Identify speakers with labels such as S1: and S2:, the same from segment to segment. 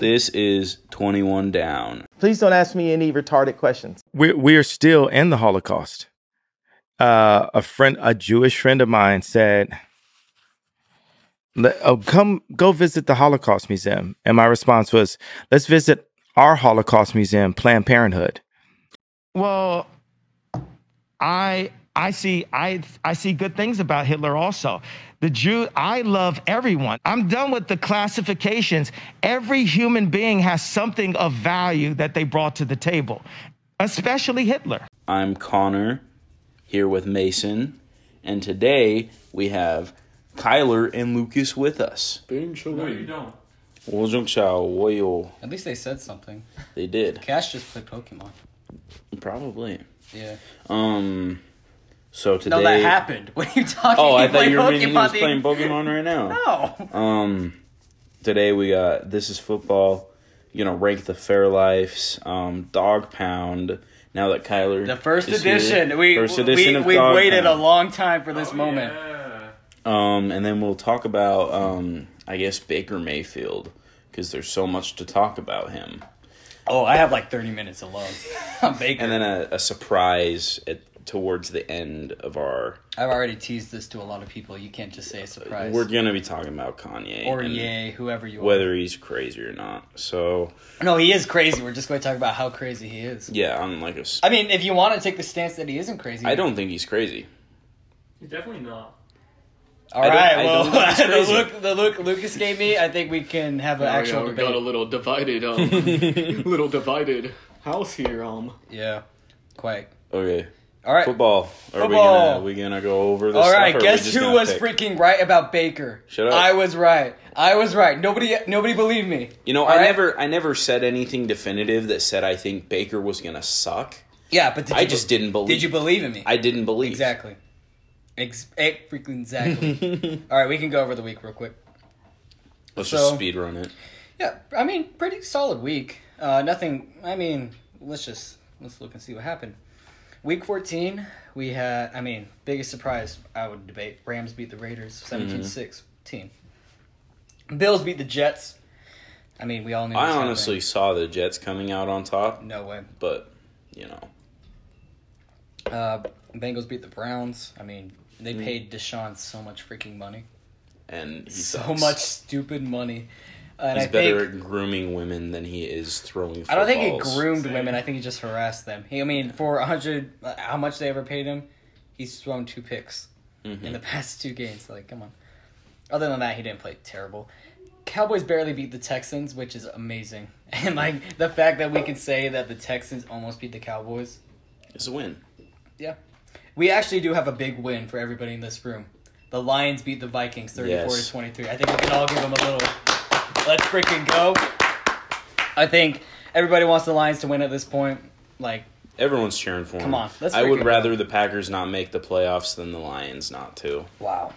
S1: This is 21 down.
S2: Please don't ask me any retarded questions.
S3: We're, we are still in the Holocaust. Uh, a friend, a Jewish friend of mine said, "Le- oh, come go visit the Holocaust Museum. And my response was, let's visit our Holocaust Museum, Planned Parenthood.
S4: Well, I I see I I see good things about Hitler also. The Jew I love everyone. I'm done with the classifications. Every human being has something of value that they brought to the table, especially Hitler.
S1: I'm Connor here with Mason, and today we have Kyler and Lucas with us.
S5: No, you don't.
S1: Woyo.
S6: At least they said something.
S1: They did.
S6: Cash just played Pokemon.
S1: Probably.
S6: Yeah.
S1: Um so today
S6: No, that happened. What are you talking
S1: Oh,
S6: about?
S1: I thought you were meaning he was
S6: the-
S1: playing Pokemon right now.
S6: No.
S1: Um, today we got this is football. You know, rank the Fairlifes, um, Dog Pound. Now that Kyler,
S6: The first
S1: is here.
S6: edition. We,
S1: first edition
S6: we,
S1: of
S6: we
S1: Dog
S6: waited a
S1: Pound.
S6: long time for this moment.
S5: Yeah.
S1: Um, and then we'll talk about, um, I guess Baker Mayfield, because there's so much to talk about him.
S6: Oh, I have like 30 minutes alone. I'm baking.
S1: And then a, a surprise at, towards the end of our.
S6: I've already teased this to a lot of people. You can't just say a surprise.
S1: Uh, We're gonna be talking about Kanye,
S6: or
S1: and
S6: yay, whoever you are.
S1: whether he's crazy or not. So
S6: No, he is crazy. We're just going to talk about how crazy he is.
S1: yeah, I'm like a. s-
S6: I mean, if you want to take the stance that he isn't crazy,
S1: I don't think he's crazy.
S5: He's definitely not.
S6: All
S1: I don't-
S6: right.
S1: I
S6: well,
S1: don't think he's
S6: the
S1: crazy.
S6: look the look Lucas gave me, I think we can have an
S7: Oh, yeah,
S6: actual
S7: we
S6: debate.
S7: got a little divided, um, little divided house here, um.
S6: yeah, quite.
S1: Okay.
S6: All right.
S1: Football. Are
S6: Football.
S1: we gonna we gonna go over this?
S6: All right,
S1: stuff, or are we
S6: guess
S1: just
S6: who
S1: gonna
S6: was
S1: pick?
S6: freaking right about Baker?
S1: Shut up.
S6: I was right. I was right. Nobody, nobody believed me.
S1: You know,
S6: All
S1: I
S6: right?
S1: never I never said anything definitive that said I think Baker was gonna suck.
S6: Yeah, but did
S1: I
S6: you
S1: just
S6: be-
S1: didn't believe.
S6: Did you believe in me?
S1: I didn't believe.
S6: exactly. Ex- ex- freaking exactly. All right, we can go over the week real quick.
S1: Let's
S6: So-
S1: just speed run it.
S6: Yeah, I mean, pretty solid week. Uh, nothing. I mean, let's just let's look and see what happened. Week fourteen, we had. I mean, biggest surprise. I would debate Rams beat the
S1: Mm-hmm.
S6: Raiders 17-16. Bills beat the Jets. I mean, we all knew.
S1: I
S6: this happened.
S1: honestly saw the Jets coming out on top,
S6: no way.
S1: but you know,
S6: Uh, Bengals beat the Browns. I mean, they paid Deshaun so much freaking money,
S1: and Mm-hmm. he
S6: so
S1: sucks.
S6: much stupid money. And
S1: He's
S6: I
S1: better
S6: think
S1: at grooming women than he is throwing.
S6: I don't think he
S1: footballs.
S6: groomed women. I think he just harassed them. He, I mean, for a hundred, uh, how much they ever paid him, he's thrown two picks in the past two games. Like, come on. Other than that, he didn't play terrible. Cowboys barely beat the Texans, which is amazing. And like the fact that we can say that the Texans almost beat the Cowboys.
S1: It's a win.
S6: Yeah. We actually do have a big win for everybody in this room. The Lions beat the Vikings 34
S1: Yes.
S6: to 23. I think we can all give them a little let's freaking go. I think everybody wants the Lions to win at this point. Like,
S1: Everyone's cheering for him.
S6: Come on, let's
S1: I would
S6: freaking-
S1: rather the Packers not make the playoffs than the Lions not to.
S6: wow.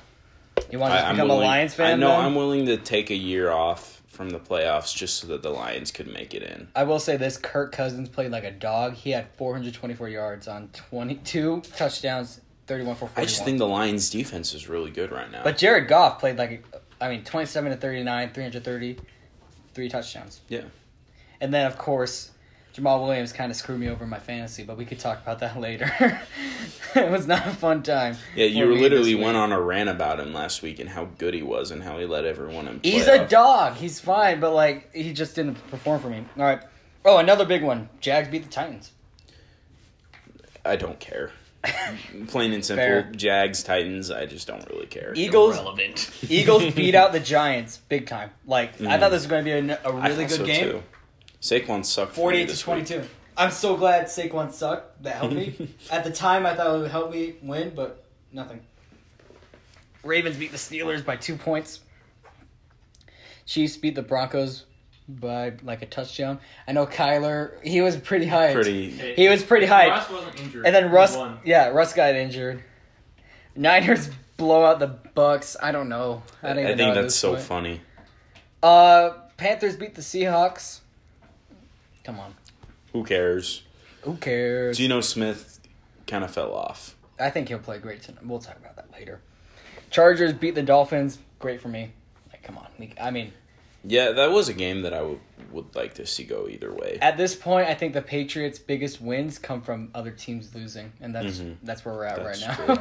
S6: You want to
S1: I,
S6: just
S1: I'm
S6: become
S1: willing,
S6: a Lions fan?
S1: I know
S6: then?
S1: I'm willing to take a year off from the playoffs just so that the Lions could make it in.
S6: I will say this Kirk Cousins played like a dog. He had 424 yards on 22 touchdowns, 31 for 41.
S1: I just think the Lions defense is really good right now.
S6: But Jared Goff played like, I mean, 27 to 39, 330, three touchdowns.
S1: yeah,
S6: And then, of course, Jamal Williams kind of screwed me over in my fantasy, but we could talk about that later. it was not a fun time.
S1: yeah,
S6: for
S1: you
S6: me this
S1: literally
S6: week.
S1: went on a rant about him last week and how good he was and how he let everyone in.
S6: He's
S1: playoff.
S6: a dog. He's fine, but like he just didn't perform for me. All right. Oh, another big one. Jags beat the Titans.
S1: I don't care. Plain and simple,
S6: Fair.
S1: Jags Titans. I just don't really care.
S6: Eagles.
S7: Relevant.
S6: Eagles beat out the Giants big time. Like I thought this was going to be a, a
S1: Mm. I
S6: really
S1: thought
S6: good
S1: so,
S6: game.
S1: Too. Saquon sucked. for me
S6: 48 to
S1: this
S6: 22. I'm so glad Saquon sucked. That helped me. At the time, I thought it would help me win, but nothing. Ravens beat the Steelers by two points. Chiefs beat the Broncos by like a touchdown. I know Kyler, he was pretty hyped.
S1: week. Pretty.
S6: He was pretty hyped.
S5: Russ wasn't injured.
S6: And then
S5: He
S6: Russ,
S5: won.
S6: yeah, Russ got injured. Niners blow out the Bucks. I don't know. I,
S1: I,
S6: don't even know
S1: think
S6: at
S1: that's
S6: this
S1: so
S6: point.
S1: funny.
S6: Uh, Panthers beat the Seahawks. Come on.
S1: Who cares?
S6: Who cares?
S1: Geno Smith kind of fell off.
S6: I think he'll play great tonight. We'll talk about that later. Chargers beat the Dolphins. Great for me. Like, come on. We, I mean,
S1: Yeah, that was a game that I would would like to see go either way.
S6: At this point, I think the Patriots' biggest wins come from other teams losing, and that's that's where we're at
S1: That's
S6: right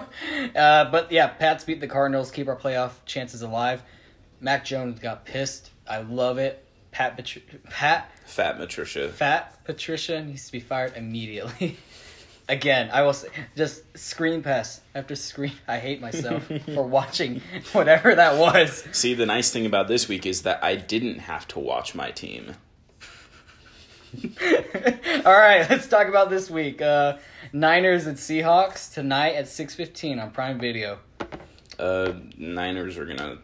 S6: now. uh, but yeah, Pats beat the Cardinals, keep our playoff chances alive. Mac Jones got pissed. I love it. Pat Patri- Pat
S1: Fat Matricia.
S6: Fat Patricia needs to be fired immediately. Again, I will say, just screen pass after screen. I hate myself for watching whatever that was.
S1: See, the nice thing about this week is that I didn't have to watch my team.
S6: All right, let's talk about this week. Uh, Niners and Seahawks tonight at six fifteen on Prime Video.
S1: Uh, Niners are gonna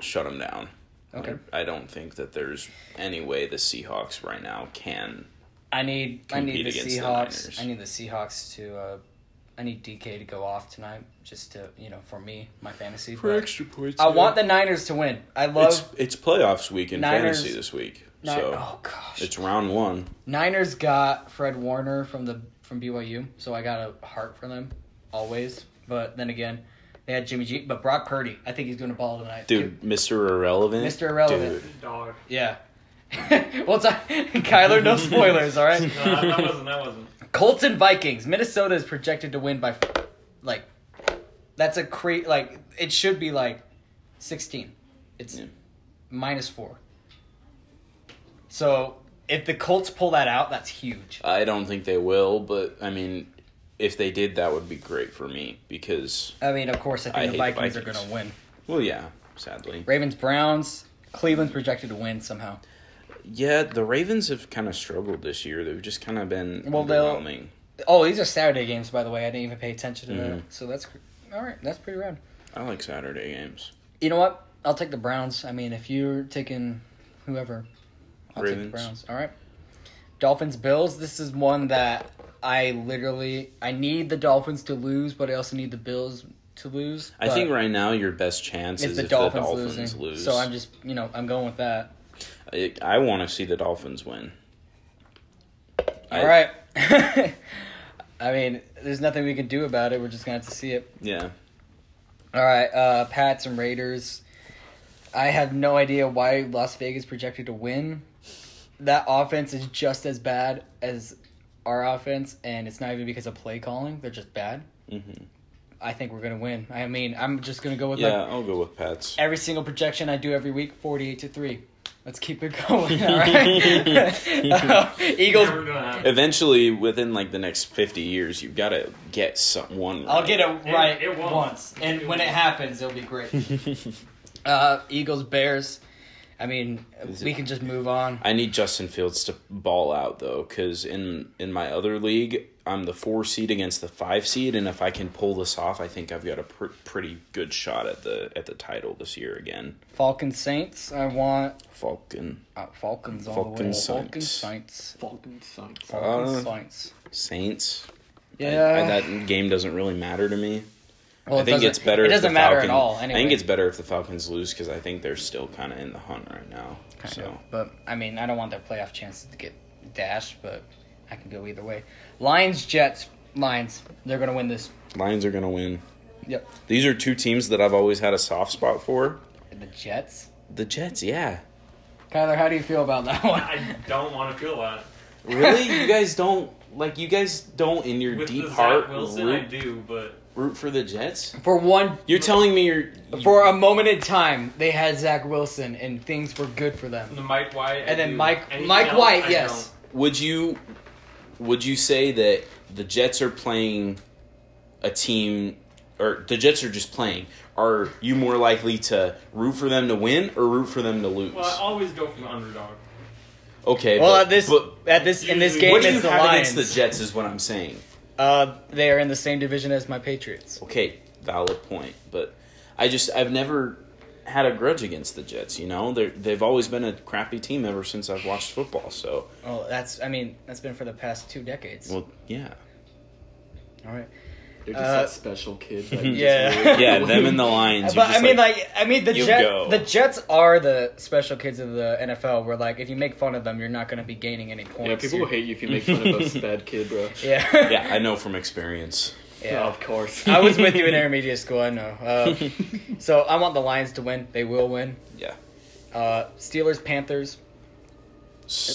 S1: shut them down.
S6: Okay.
S1: I don't think that there's any way the Seahawks right now can.
S6: I need I
S1: Compete
S6: need the
S1: against the
S6: Seahawks.
S1: Niners.
S6: I need the Seahawks to. Uh, I need DK to go off tonight, just to you know, for me, my fantasy.
S7: For
S6: but
S7: extra points.
S6: I want the Niners to win. I love.
S1: It's it's playoffs week in
S6: Niners-
S1: fantasy this week,
S6: Ni-
S1: so
S6: oh gosh,
S1: it's round one.
S6: Niners got Fred Warner from the from BYU, so I got a heart for them always. But then again, they had Jimmy G. But Brock Purdy, I think he's going to ball tonight,
S1: Dude, Mr. Irrelevant.
S6: Mr. Irrelevant.
S1: Dude,
S5: Dog.
S6: Yeah. well, t- Kyler, no spoilers, all right?
S5: No, that- that wasn't. That wasn't.
S6: Colts and Vikings. Minnesota is projected to win by, like, that's a cra Like, it should be like, sixteen. It's
S1: Yeah.
S6: minus four. So if the Colts pull that out, that's huge.
S1: I don't think they will, but I mean, if they did, that would be great for me because,
S6: I mean, of course, I think
S1: I hate
S6: the
S1: the
S6: Vikings, are
S1: Vikings.
S6: going to win.
S1: well, yeah, sadly.
S6: Ravens, Browns. Cleveland's projected to win somehow.
S1: Yeah, the Ravens have kind of struggled this year. They've just kind of been
S6: Well, they'll-
S1: overwhelming.
S6: Oh, these are Saturday games, by the way. I didn't even pay attention to
S1: Mhm.
S6: that. So that's cr- all right. That's pretty rad.
S1: I like Saturday games.
S6: You know what? I'll take the Browns. I mean, if you're taking whoever, I'll take
S1: Ravens.
S6: the Browns. All right. Dolphins Bills. This is one that I literally I need the Dolphins to lose, but I also need the Bills to lose.
S1: I think
S6: but
S1: right now your best chance
S6: it's
S1: is
S6: the
S1: if
S6: Dolphins,
S1: the Dolphins
S6: losing.
S1: lose.
S6: So I'm just you know I'm going with that.
S1: I, I want to see the Dolphins win. I-
S6: All right. I mean, there's nothing we can do about it. We're just gonna have to see it.
S1: Yeah.
S6: All right, uh, Pats and Raiders. I have no idea why Las Vegas projected to win. That offense is just as bad as our offense, and it's not even because of play calling. They're just bad.
S1: hmm
S6: I think we're gonna win. I mean, I'm just gonna go with
S1: Yeah,
S6: like
S1: I'll go with Pats.
S6: every single projection I do every week, forty-eight to three. Let's keep it going. All right, Uh, Eagles.
S5: Never gonna happen.
S1: Eventually, within like the next 50 years, you've got to get some, one right.
S6: I'll get it right
S5: it won't.
S6: once, and
S5: It
S6: when it
S5: won't.
S6: happens, it'll be great. uh, Eagles, Bears. I mean,
S1: Is
S6: we
S1: it-
S6: can just move on.
S1: I need Justin Fields to ball out though, because in in my other league, I'm the four seed against the five seed, and if I can pull this off, I think I've got a pr- pretty good shot at the at the title this year again.
S6: Falcons, Saints. I want
S1: Falcon
S6: uh, Falcons all
S1: Falcons,
S6: the way. Falcons, Saints.
S7: Falcon Saints.
S6: Falcons,
S1: Uh,
S6: Saints.
S1: Saints. I- I-
S6: Yeah.
S1: that game doesn't really matter to me.
S6: well,
S1: I think
S6: doesn't-
S1: it's better.
S6: It
S1: if the
S6: doesn't matter at
S1: Falcon-
S6: all.
S1: I think
S6: Anyway,
S1: it's better if the Falcons lose because I think they're still kind of in the hunt right now. so
S6: But I mean, I don't want their playoff chances to get dashed. But I can go either way. Lions, Jets, Lions. They're gonna win this.
S1: Lions are gonna win.
S6: Yep.
S1: These are two teams that I've always had a soft spot for.
S6: The Jets.
S1: The Jets, yeah.
S6: Kyler, how do you feel about that one?
S5: I don't want to feel that.
S1: Really? you guys don't like you guys don't in your
S5: With
S1: deep
S5: the Zach
S1: heart
S5: Wilson, I
S1: root,
S5: do, but
S1: root for the Jets?
S6: For one
S1: You're telling me you're you-
S6: For a moment in time, they had Zach Wilson, and things were good for them.
S5: the Mike White. I
S6: And then
S5: do.
S6: Mike,
S5: Anything
S6: Mike
S5: else,
S6: White,
S5: I
S6: yes,
S1: would you would you say that the Jets are playing a team or the Jets are just playing? Are you more likely to root for them to win or root for them to lose?
S5: don't. Well, I always go for the underdog.
S1: okay.
S6: Well,
S1: but,
S6: at this,
S1: but
S6: at this, in this
S5: What
S6: game,
S1: what do you
S6: it's the
S1: have
S6: Lions.
S1: against the Jets is what I'm saying.
S6: uh, they are in the same division as my Patriots.
S1: okay, valid point, but I just I've never had a grudge against the Jets. You know, they they've always been a crappy team ever since I've watched football. So,
S6: Well, that's, I mean, that's been for the past two decades.
S1: well, yeah,
S6: All right.
S7: They're just
S6: Uh,
S7: that special kid. That you
S6: yeah.
S7: just really
S1: yeah,
S7: cool.
S1: them and the Lions. you're
S6: But I
S1: just
S6: mean, like, I mean, the
S1: you go.
S6: Jets, the Jets are the special kids of the NFL. Where like, if you make fun of them, you're not going to be gaining any points.
S7: Yeah, people will
S6: You're-
S7: hate you if you make fun of a bad kid, bro.
S6: Yeah,
S1: yeah, Oh, I know from experience.
S6: yeah.
S7: of course.
S6: I was with you in intermediate school. I know. Uh, so I want the Lions to win. They will win.
S1: Yeah,
S6: Uh, Steelers, Panthers,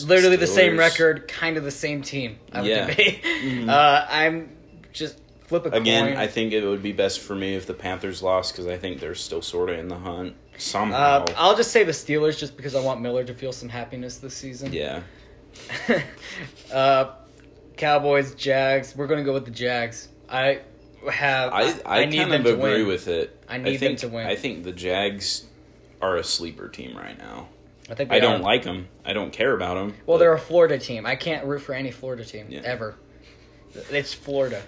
S6: literally the same
S1: Steelers.
S6: record, kind of the same team. I would
S1: Yeah. Mm-hmm.
S6: debate. Uh, I'm just flip a
S1: Again,
S6: coin.
S1: I think it would be best for me if the Panthers lost because I think they're still sort of in the hunt somehow.
S6: uh, I'll just say the Steelers just because I want Miller to feel some happiness this season.
S1: yeah,
S6: uh, Cowboys, Jags. We're gonna go with the Jags. I have.
S1: I I,
S6: need
S1: kind
S6: them
S1: of
S6: to
S1: agree
S6: win.
S1: with it.
S6: I need them
S1: think,
S6: to win.
S1: I think the Jags are a sleeper team right now.
S6: I think
S1: I
S6: they
S1: don't
S6: are.
S1: like them. I don't care about them.
S6: Well, they're a Florida team. I can't root for any Florida team
S1: Yeah.
S6: ever. It's Florida.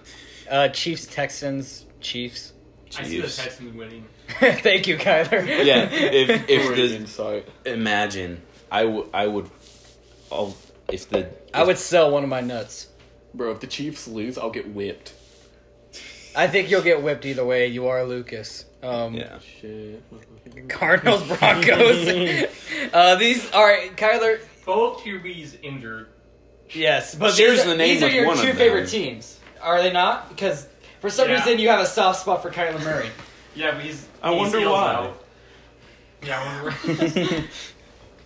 S6: Uh, Chiefs, Texans, Chiefs.
S5: I see the
S1: Chiefs.
S5: Texans winning.
S6: Thank you, Kyler.
S1: yeah. If if
S7: Great
S1: the
S7: insight.
S1: imagine, I would I would, I'll, if the
S6: I would sell one of my nuts.
S7: Bro, if the Chiefs lose, I'll get whipped.
S6: I think you'll get whipped either way. You are Lucas. Um,
S1: yeah.
S7: Shit.
S6: Cardinals, Broncos. uh, these all right, Kyler.
S5: Both QBs injured.
S6: Yes, but
S1: Shares
S6: these, are-
S1: the name
S6: these are
S1: with
S6: your
S1: one
S6: two
S1: of
S6: favorite
S1: them.
S6: teams, are they not? Because for some
S5: Yeah.
S6: reason you have a soft spot for Kyler Murray.
S5: Yeah, but he's.
S1: I
S5: he
S1: wonder
S5: seals
S1: why.
S5: Out. Yeah, I wonder.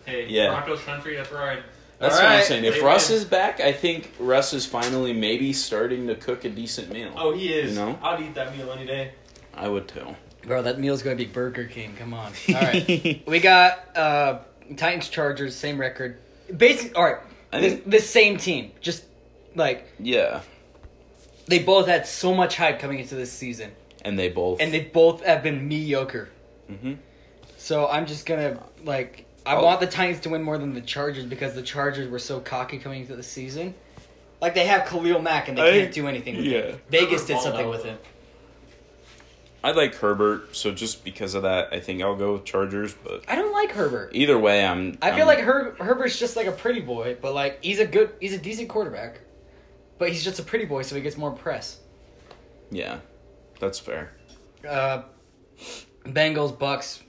S5: hey,
S1: Yeah.
S5: Broncos country. That's right.
S1: That's
S6: All
S1: what I'm
S6: right.
S1: saying. If
S5: Hey,
S1: Russ
S5: man.
S1: is back, I think Russ is finally maybe starting to cook a decent meal.
S5: Oh, he is.
S1: You know?
S5: I'd eat that meal any day.
S1: I would too.
S6: Bro, that meal's gonna be Burger King. Come on. All right, we got uh, Titans, Chargers, same record. Basic. All right,
S1: I
S6: the,
S1: think-
S6: the same team. Just like
S1: Yeah,
S6: they both had so much hype coming into this season,
S1: and they both.
S6: and they both have been mediocre.
S1: Mhm.
S6: So I'm just gonna like I
S1: Oh.
S6: want the Titans to win more than the Chargers because the Chargers were so cocky coming into the season. Like they have Khalil Mack and they
S1: I-
S6: can't do anything. With
S1: yeah.
S6: it. Vegas
S5: Herbert
S6: did
S5: balled
S6: something
S5: out,
S6: with
S5: though.
S6: it.
S1: I like Herbert, so just because of that, I think I'll go with Chargers. But
S6: I don't like Herbert.
S1: either way, I'm.
S6: I feel
S1: I'm-
S6: like Her- Herbert's just like a pretty boy, but like he's a good, he's a decent quarterback, but he's just a pretty boy, so he gets more press.
S1: Yeah, that's fair.
S6: Uh, Bengals, Bucks.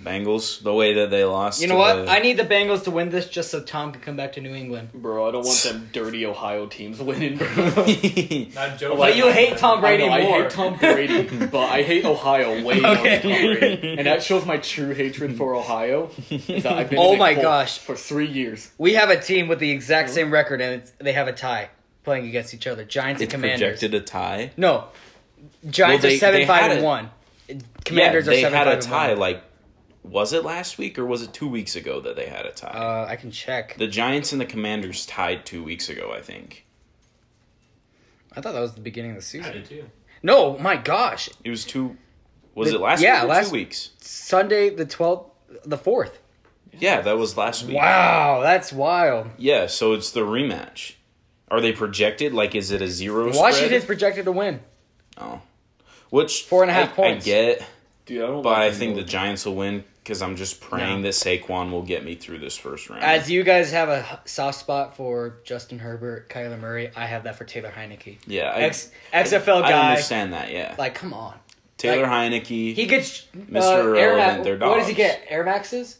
S1: Bengals, the way that they lost.
S6: You know
S1: to
S6: what?
S1: the-
S6: I need the Bengals to win this just so Tom can come back to New England.
S7: Bro, I don't want them dirty Ohio teams winning, bro.
S5: Not joking.
S6: But you hate Tom Brady
S7: I, know, I
S6: more.
S7: hate Tom Brady, but I hate Ohio way more
S6: Okay.
S7: than Tom Brady. And that shows my true hatred for Ohio. Is that I've been
S6: Oh
S7: in a
S6: my
S7: cult
S6: gosh.
S7: For three years.
S6: We have a team with the exact same record, and it's, they have a tie playing against each other. Giants
S1: It's
S6: and Commanders.
S1: projected a tie.
S6: No, Giants
S1: Well, they-
S6: are seven
S1: they
S6: five
S1: had
S6: and
S1: a-
S6: one. Commanders
S1: yeah, they
S6: are seven
S1: had
S6: five
S1: a
S6: and
S1: tie.
S6: one.
S1: Like, was it last week or was it two weeks ago that they had a tie?
S6: Uh, I can check.
S1: the Giants and the Commanders tied two weeks ago, I think.
S6: I thought that was the beginning of the
S5: I
S6: season.
S5: did too.
S6: No, my gosh,
S1: It was two. Was
S6: The-
S1: it last
S6: yeah,
S1: week or
S6: last-
S1: two weeks?
S6: Sunday the twelfth, the fourth.
S1: Yeah, that was last week.
S6: Wow, that's wild.
S1: Yeah, so it's the rematch. Are they projected? Like, is it a zero
S6: Washington's
S1: spread?
S6: projected to win.
S1: Oh. Which
S6: Four and a half
S1: I-
S6: points.
S1: I get,
S7: Dude, I don't
S1: but I
S7: like
S1: think the
S7: them.
S1: Giants will win because I'm just praying that Saquon will get me through this first round.
S6: As you guys have a h- soft spot for Justin Herbert, Kyler Murray, I have that for Taylor Heineke.
S1: yeah, I,
S6: Ex- XFL
S1: I
S6: guy.
S1: understand that. Yeah,
S6: Like, come on.
S1: Taylor Heineke.
S6: He gets uh,
S1: Mr.
S6: Air
S1: Irrelevant,
S6: Ma-
S1: they're
S6: What does he
S1: dogs.
S6: get? Air Maxes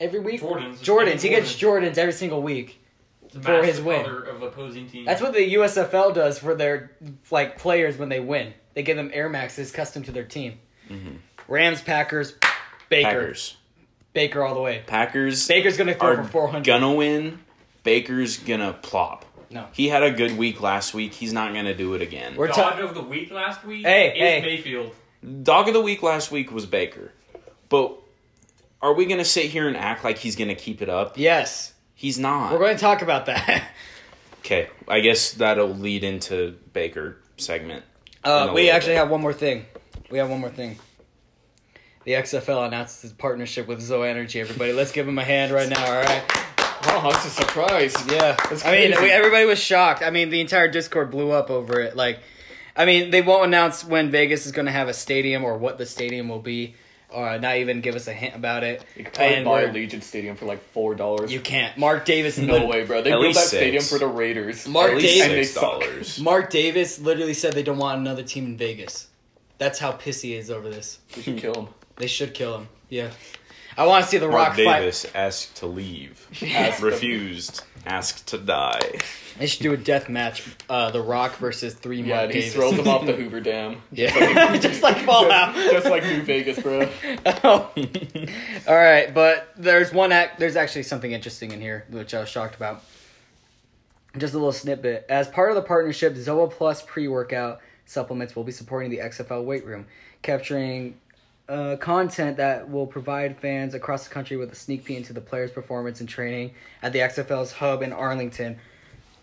S6: every week.
S5: Jordans.
S6: Jordans. He gets Jordans every single week.
S5: The
S6: for his
S5: master
S6: win.
S5: color Of opposing team.
S6: That's what the USFL does for their like players when they win. They give them Air Maxes custom to their team. Rams, Packers, Baker,
S1: Mm-hmm. Packers.
S6: Baker all the way.
S1: Packers.
S6: Baker's gonna throw
S1: are
S6: for four hundred.
S1: gonna win. Baker's gonna plop.
S6: no,
S1: He had a good week last week. He's not gonna do it again.
S6: we're
S5: Dog
S6: talking.
S5: of the week last week
S6: Hey,
S5: is
S6: hey.
S5: Mayfield.
S1: Dog of the week last week was Baker, but are we gonna sit here and act like he's gonna keep it up?
S6: Yes,
S1: He's not.
S6: we're going to talk about that.
S1: Okay, I guess that'll lead into Baker segment.
S6: Uh,
S1: No,
S6: we
S1: wait,
S6: actually
S1: wait.
S6: have one more thing. We have one more thing. The XFL announced its partnership with Zoe Energy. Everybody, let's give him a hand right now. All right.
S7: Wow, that's a surprise.
S6: Yeah, I mean,
S7: crazy.
S6: we, everybody was shocked. I mean, the entire Discord blew up over it. Like, I mean, they won't announce when Vegas is going to have a stadium or what the stadium will be, or not even give us a hint about it.
S7: You could probably
S6: And
S7: buy
S6: we're-
S7: Allegiant Stadium for like four dollars.
S6: you can't. Mark Davis.
S7: No
S6: lit-
S7: way, bro. They
S1: At
S7: built
S1: least
S7: that stadium
S1: six.
S7: for the Raiders.
S6: Mark
S1: at least
S6: Davis.
S7: And they
S1: six
S7: suck.
S1: dollars.
S6: Mark Davis literally said they don't want another team in Vegas. That's how pissy he is over this.
S7: We should kill him.
S6: They should kill him. Yeah. I want to see The
S1: Mark
S6: Rock
S1: Davis asked to leave,
S6: Yes.
S1: refused, asked to die.
S6: fight. They should do a death match. Uh, the Rock versus three
S7: Yeah,
S6: Mark
S7: and he
S6: Davis.
S7: throws him off the Hoover Dam.
S6: yeah, just like Fallout.
S7: Just, just like New Vegas, bro.
S6: All right, but there's one act. There's actually something interesting in here, which I was shocked about. Just a little snippet. As part of the partnership, Zoa Plus pre-workout supplements will be supporting the XFL weight room, capturing uh, content that will provide fans across the country with a sneak peek into the players' performance and training at the XFL's hub in Arlington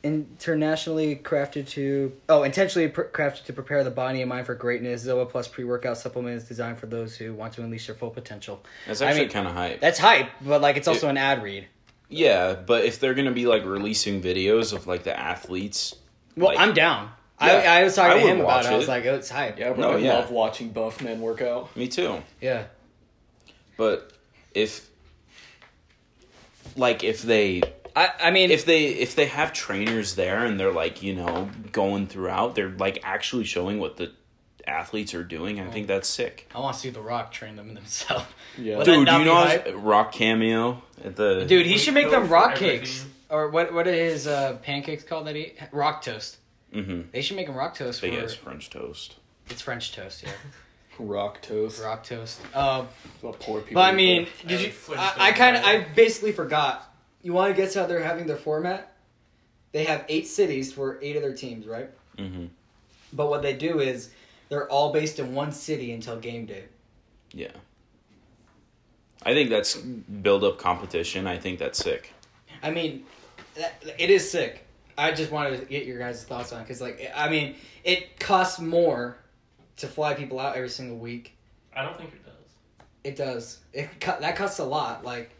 S6: internationally crafted to oh intentionally pr- crafted to prepare the body and mind for greatness zoa plus pre-workout supplement is designed for those who want to unleash their full potential
S1: That's
S6: I
S1: actually
S6: mean,
S1: kind of hype.
S6: that's hype but like it's also an ad read
S1: yeah, but if they're gonna be like releasing videos of like the athletes,
S6: well
S1: like,
S6: i'm down
S1: Yeah,
S6: I, I was talking
S1: I
S6: to
S1: would
S6: him about
S1: watch
S6: it. i was
S1: it.
S6: like oh it's hype
S7: Yeah, bro.
S1: No,
S7: I
S1: yeah.
S7: love watching buff men work out.
S1: Me too.
S6: yeah
S1: But if like if they
S6: i, I mean
S1: if they if they have trainers there and they're like you know going throughout, they're like actually showing what the athletes are doing. I think that's sick.
S6: i want to see the rock train them himself
S7: Yeah.
S6: Would that
S1: Dude,
S6: not
S1: do you
S6: be
S1: know I
S6: hype?
S1: was- rock cameo at the
S6: dude he should make them rock
S5: For
S6: cakes
S5: everything.
S6: or what what are his uh, pancakes called that he rock toast
S1: Mhm.
S6: they should make him rock toast for,
S1: big ass French toast.
S6: it's french toast yeah
S7: Rock toast.
S6: rock toast uh,
S7: Well, poor people.
S6: But I mean,
S5: I
S6: did
S5: would
S6: you?
S5: flinch
S6: I, I
S5: over
S6: kind of,
S5: that.
S6: I basically forgot. You want to guess how they're having their format? They have eight cities for eight of their teams, right?
S1: Mhm.
S6: But what they do is they're all based in one city until game day.
S1: Yeah. I think that's build up competition. I think that's sick.
S6: I mean, that, it is sick. I just wanted to get your guys' thoughts on because, like, I mean, it costs more to fly people out every single week.
S5: I don't think it does.
S6: It does. It co- that costs a lot. Like,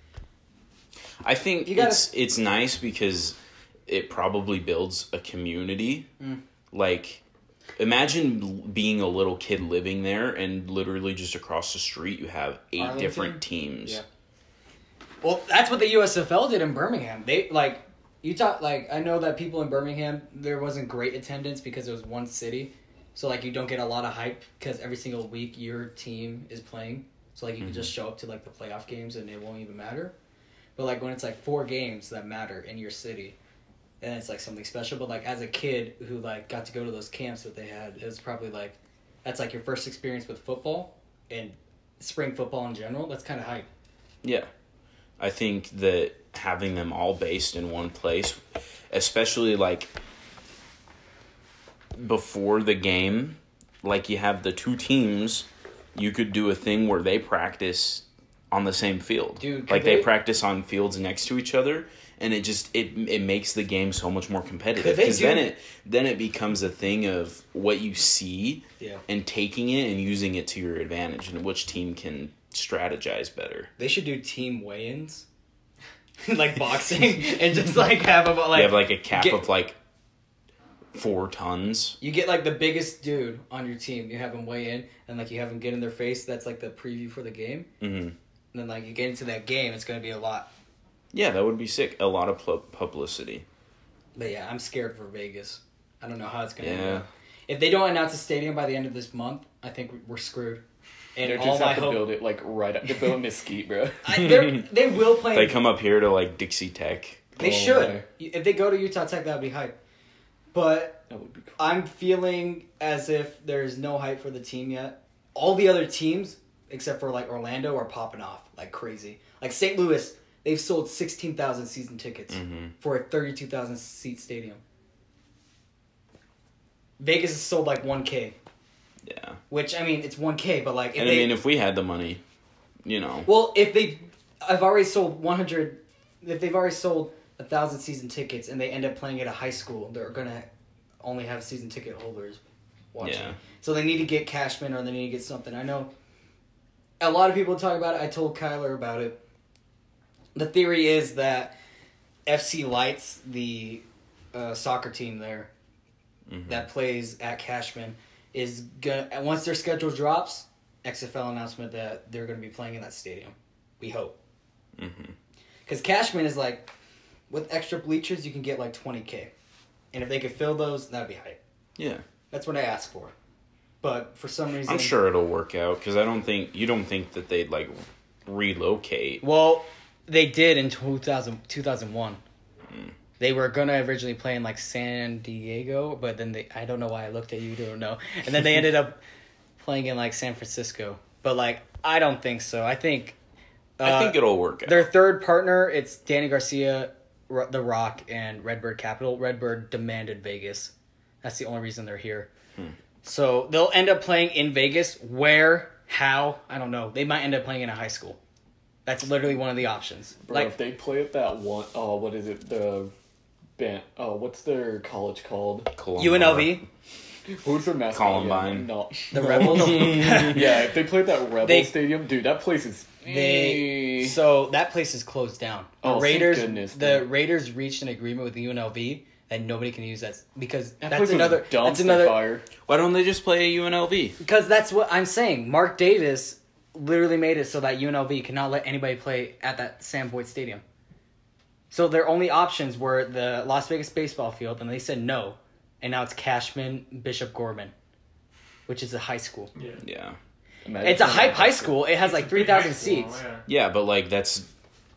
S1: I think
S6: You gotta-
S1: it's it's nice because it probably builds a community.
S6: Mm.
S1: Like imagine l- being a little kid living there and literally just across the street you have eight
S6: Arlington?
S1: different teams.
S6: Yeah. Well, that's what the USFL did in Birmingham. They like you talk like I know that people in Birmingham there wasn't great attendance because it was one city, so like you don't get a lot of hype because every single week your team is playing. So like you can just show up to like the playoff games and it won't even matter. But like when it's like four games that matter in your city, and it's like something special. But like as a kid who like got to go to those camps that they had, it was probably like that's like your first experience with football and spring football in general. That's kind of hype.
S1: Yeah. I think that having them all based in one place, especially like before the game, like you have the two teams, you could do a thing where they practice on the same field.
S6: Dude, could
S1: like they,
S6: they-
S1: practice on fields next to each other and it just it it makes the game so much more competitive
S6: Could they
S1: cuz then
S6: do-
S1: it then it becomes a thing of what you see
S6: Yeah.
S1: and taking it and using it to your advantage and which team can strategize better.
S6: They should do team weigh-ins, like boxing, and just like have them like,
S1: you have like a cap
S6: get-
S1: of like four tons.
S6: you get like the biggest dude on your team. You have him weigh in, and like you have him get in their face. That's like the preview for the game. Mm-hmm. And then like you get into that game, it's gonna be a lot.
S1: Yeah, that would be sick. A lot of pu- publicity.
S6: But yeah, I'm scared for Vegas. I don't know how it's gonna.
S1: Yeah.
S6: End up. If they don't announce a stadium by the end of this month, I think we- we're screwed. And
S7: they
S6: all
S7: just
S6: my
S7: have to
S6: hope,
S7: build it like right up. They build a mesquite, bro.
S6: I, they're- they will play.
S1: They come up here to like Dixie Tech.
S6: they
S7: Oh,
S6: should.
S7: my.
S6: If they go to Utah Tech, that would be hype. But
S7: That would be cool.
S6: I'm feeling as if there's no hype for the team yet. All the other teams, except for like Orlando, are popping off like crazy. Like St. Louis, they've sold 16,000 season tickets
S7: Mm-hmm.
S6: for a 32,000 seat stadium. Vegas has sold like 1K,
S1: Yeah.
S6: which I mean, it's 1K, but like, if
S1: And
S6: they,
S1: I mean, if we had the money, you know.
S6: well, if they, I've already sold 100, if they've already sold a thousand season tickets and they end up playing at a high school, they're gonna only have season ticket holders watching.
S1: Yeah.
S6: So they need to get Cashman or they need to get something. I know a lot of people talk about it. I told Kyler about it. The theory is that FC Lights, the uh, soccer team there that plays at Cashman, is gonna and once their schedule drops, XFL announcement that they're gonna be playing in that stadium. We hope. Because Cashman is like, with extra bleachers, you can get like twenty k, and if they could fill those, that'd be hype.
S1: Yeah.
S6: That's what I asked for. But for some reason,
S1: I'm sure it'll work out because I don't think you don't think that they'd like relocate.
S6: Well, they did in 2000, 2001.
S1: Hmm.
S6: They were gonna originally play in like San Diego, but then they I don't know why I looked at you, don't know. And then they ended up playing in like San Francisco. But like I don't think so. I think Uh,
S1: I think it'll work out.
S6: their third partner it's Danny Garcia, R- The Rock, and Redbird Capital. Redbird demanded Vegas. That's the only reason they're here.
S7: Hmm.
S6: So they'll end up playing in Vegas. Where? How? I don't know. They might end up playing in a high school. That's literally one of the options.
S7: Bro,
S6: like
S7: if they play at that one, oh, what is it? The band. Oh, what's their college called?
S6: UNLV,
S7: Who's their mascot?
S1: Columbine.
S7: Yeah, no.
S6: the Rebels.
S7: yeah, if they play at that Rebel
S6: They-
S7: Stadium, dude, that place is.
S6: they
S7: Eh.
S6: so that place is closed down. The
S7: Oh, thank
S6: Raiders.
S7: goodness.
S6: the Raiders reached an agreement with UNLV that nobody can use that because
S7: that place
S6: that's
S7: was
S6: another.
S7: dumpster
S6: That's another.
S7: fire.
S1: Why don't they just play at UNLV?
S6: Because that's what I'm saying. Mark Davis literally made it so that UNLV cannot let anybody play at that Sam Boyd Stadium. So their only options were the Las Vegas baseball field, and they said no. And now it's Cashman Bishop Gorman, which is a high school.
S1: Yeah.
S7: Imagine
S6: It's a
S7: that.
S6: hype high school. It has like three thousand
S5: Big high
S6: seats.
S5: school, yeah.
S1: Yeah, but like that's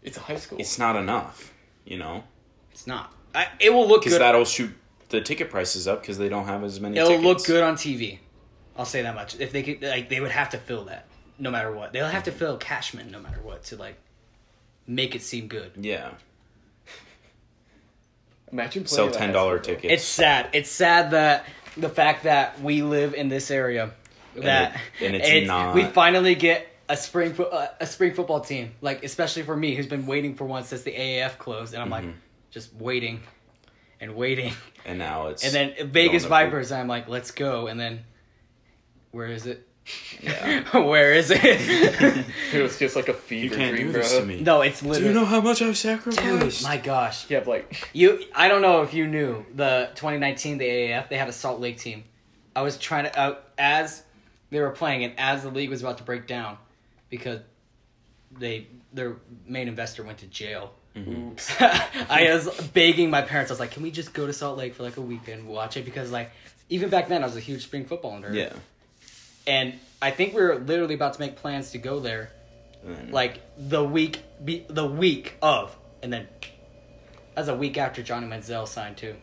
S7: It's a high school.
S1: it's not enough, you know,
S6: It's not. I, it will look
S1: because
S6: good.
S1: that'll shoot the ticket prices up because they don't have as many.
S6: It'll look
S1: tickets.
S6: good on TV. I'll say that much. If they could, like, they would have to fill that no matter what. They'll have to fill Cashman no matter what to like make it seem good.
S1: Yeah,
S7: Imagine playing
S1: sell
S7: at a high
S1: ten dollar
S7: school,
S1: tickets.
S6: It's sad. It's sad that the fact that we live in this area that
S1: it- and it's not-
S6: we finally get a spring fo- uh, a spring football team. Like especially for me who's been waiting for one since the AAF closed and I'm like
S1: Mm-hmm.
S6: just waiting and waiting.
S1: and now it's
S6: And then
S1: going
S6: Vegas
S1: up-
S6: Vipers and I'm like let's go and then where is it? where is it?
S7: Dude, it's just like a fever
S1: You can't
S7: dream,
S1: do
S7: bro.
S1: this to me.
S6: no, it's
S1: Do you
S6: literally
S1: know how much I've
S6: Dude,
S1: sacrificed?
S6: my gosh.
S7: You have like
S6: You, I don't know if you knew the 2019 the AAF they had a Salt Lake team. I was trying to uh, as they were playing and as the league was about to break down because they their main investor went to jail. I was begging my parents. I was like, "Can we just go to Salt Lake for like a weekend, and watch it?" Because like even back then, I was a huge spring football nerd.
S1: yeah.
S6: and I think we were literally about to make plans to go there
S1: And then-
S6: like the week be, the week of and then that's a week after Johnny Manziel signed too.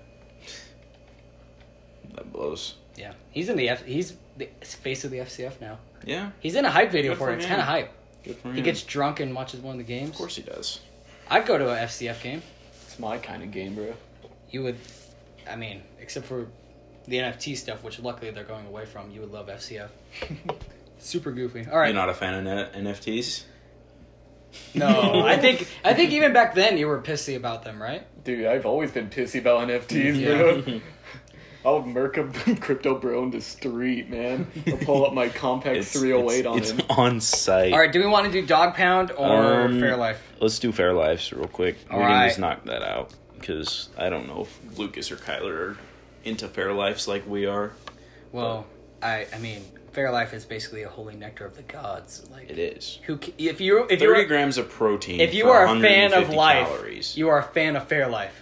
S1: that blows.
S6: Yeah, he's in the F. He's the face of the FCF now.
S1: Yeah,
S6: He's in a hype video
S1: Good
S6: for
S1: for
S6: it. It's
S1: him.
S6: kind of hype.
S1: good for him.
S6: He gets drunk and watches one of the games.
S1: of course he does.
S6: I'd go to a FCF game.
S7: it's my kind of game, bro.
S6: You would, I mean, except for the NFT stuff, which luckily they're going away from. You would love FCF. Super goofy. All right.
S1: You're not a fan of N- NFTs.
S6: No, I think I think even back then you were pissy about them, right?
S7: Dude, I've always been pissy about NFTs, bro. I'll murk a crypto bro in the street, man. I'll pull up my compact 308 on
S1: it's
S7: him.
S1: on site.
S6: All right. Do we want to do Dog Pound or
S1: Um,
S6: Fair Life?
S1: Let's do Fair Lives real quick.
S6: All
S1: we
S6: right.
S1: can just knock that out because I don't know if Lucas or Kyler are into Fair Lives like we are.
S6: Well, I I mean, fair life is basically a holy nectar of the gods. Like
S1: It is.
S6: Who ca- if you if
S1: Thirty
S6: you're
S1: grams of protein.
S6: if you
S1: for
S6: are a fan of
S1: 150
S6: life,
S1: calories.
S6: you are a fan of fair life.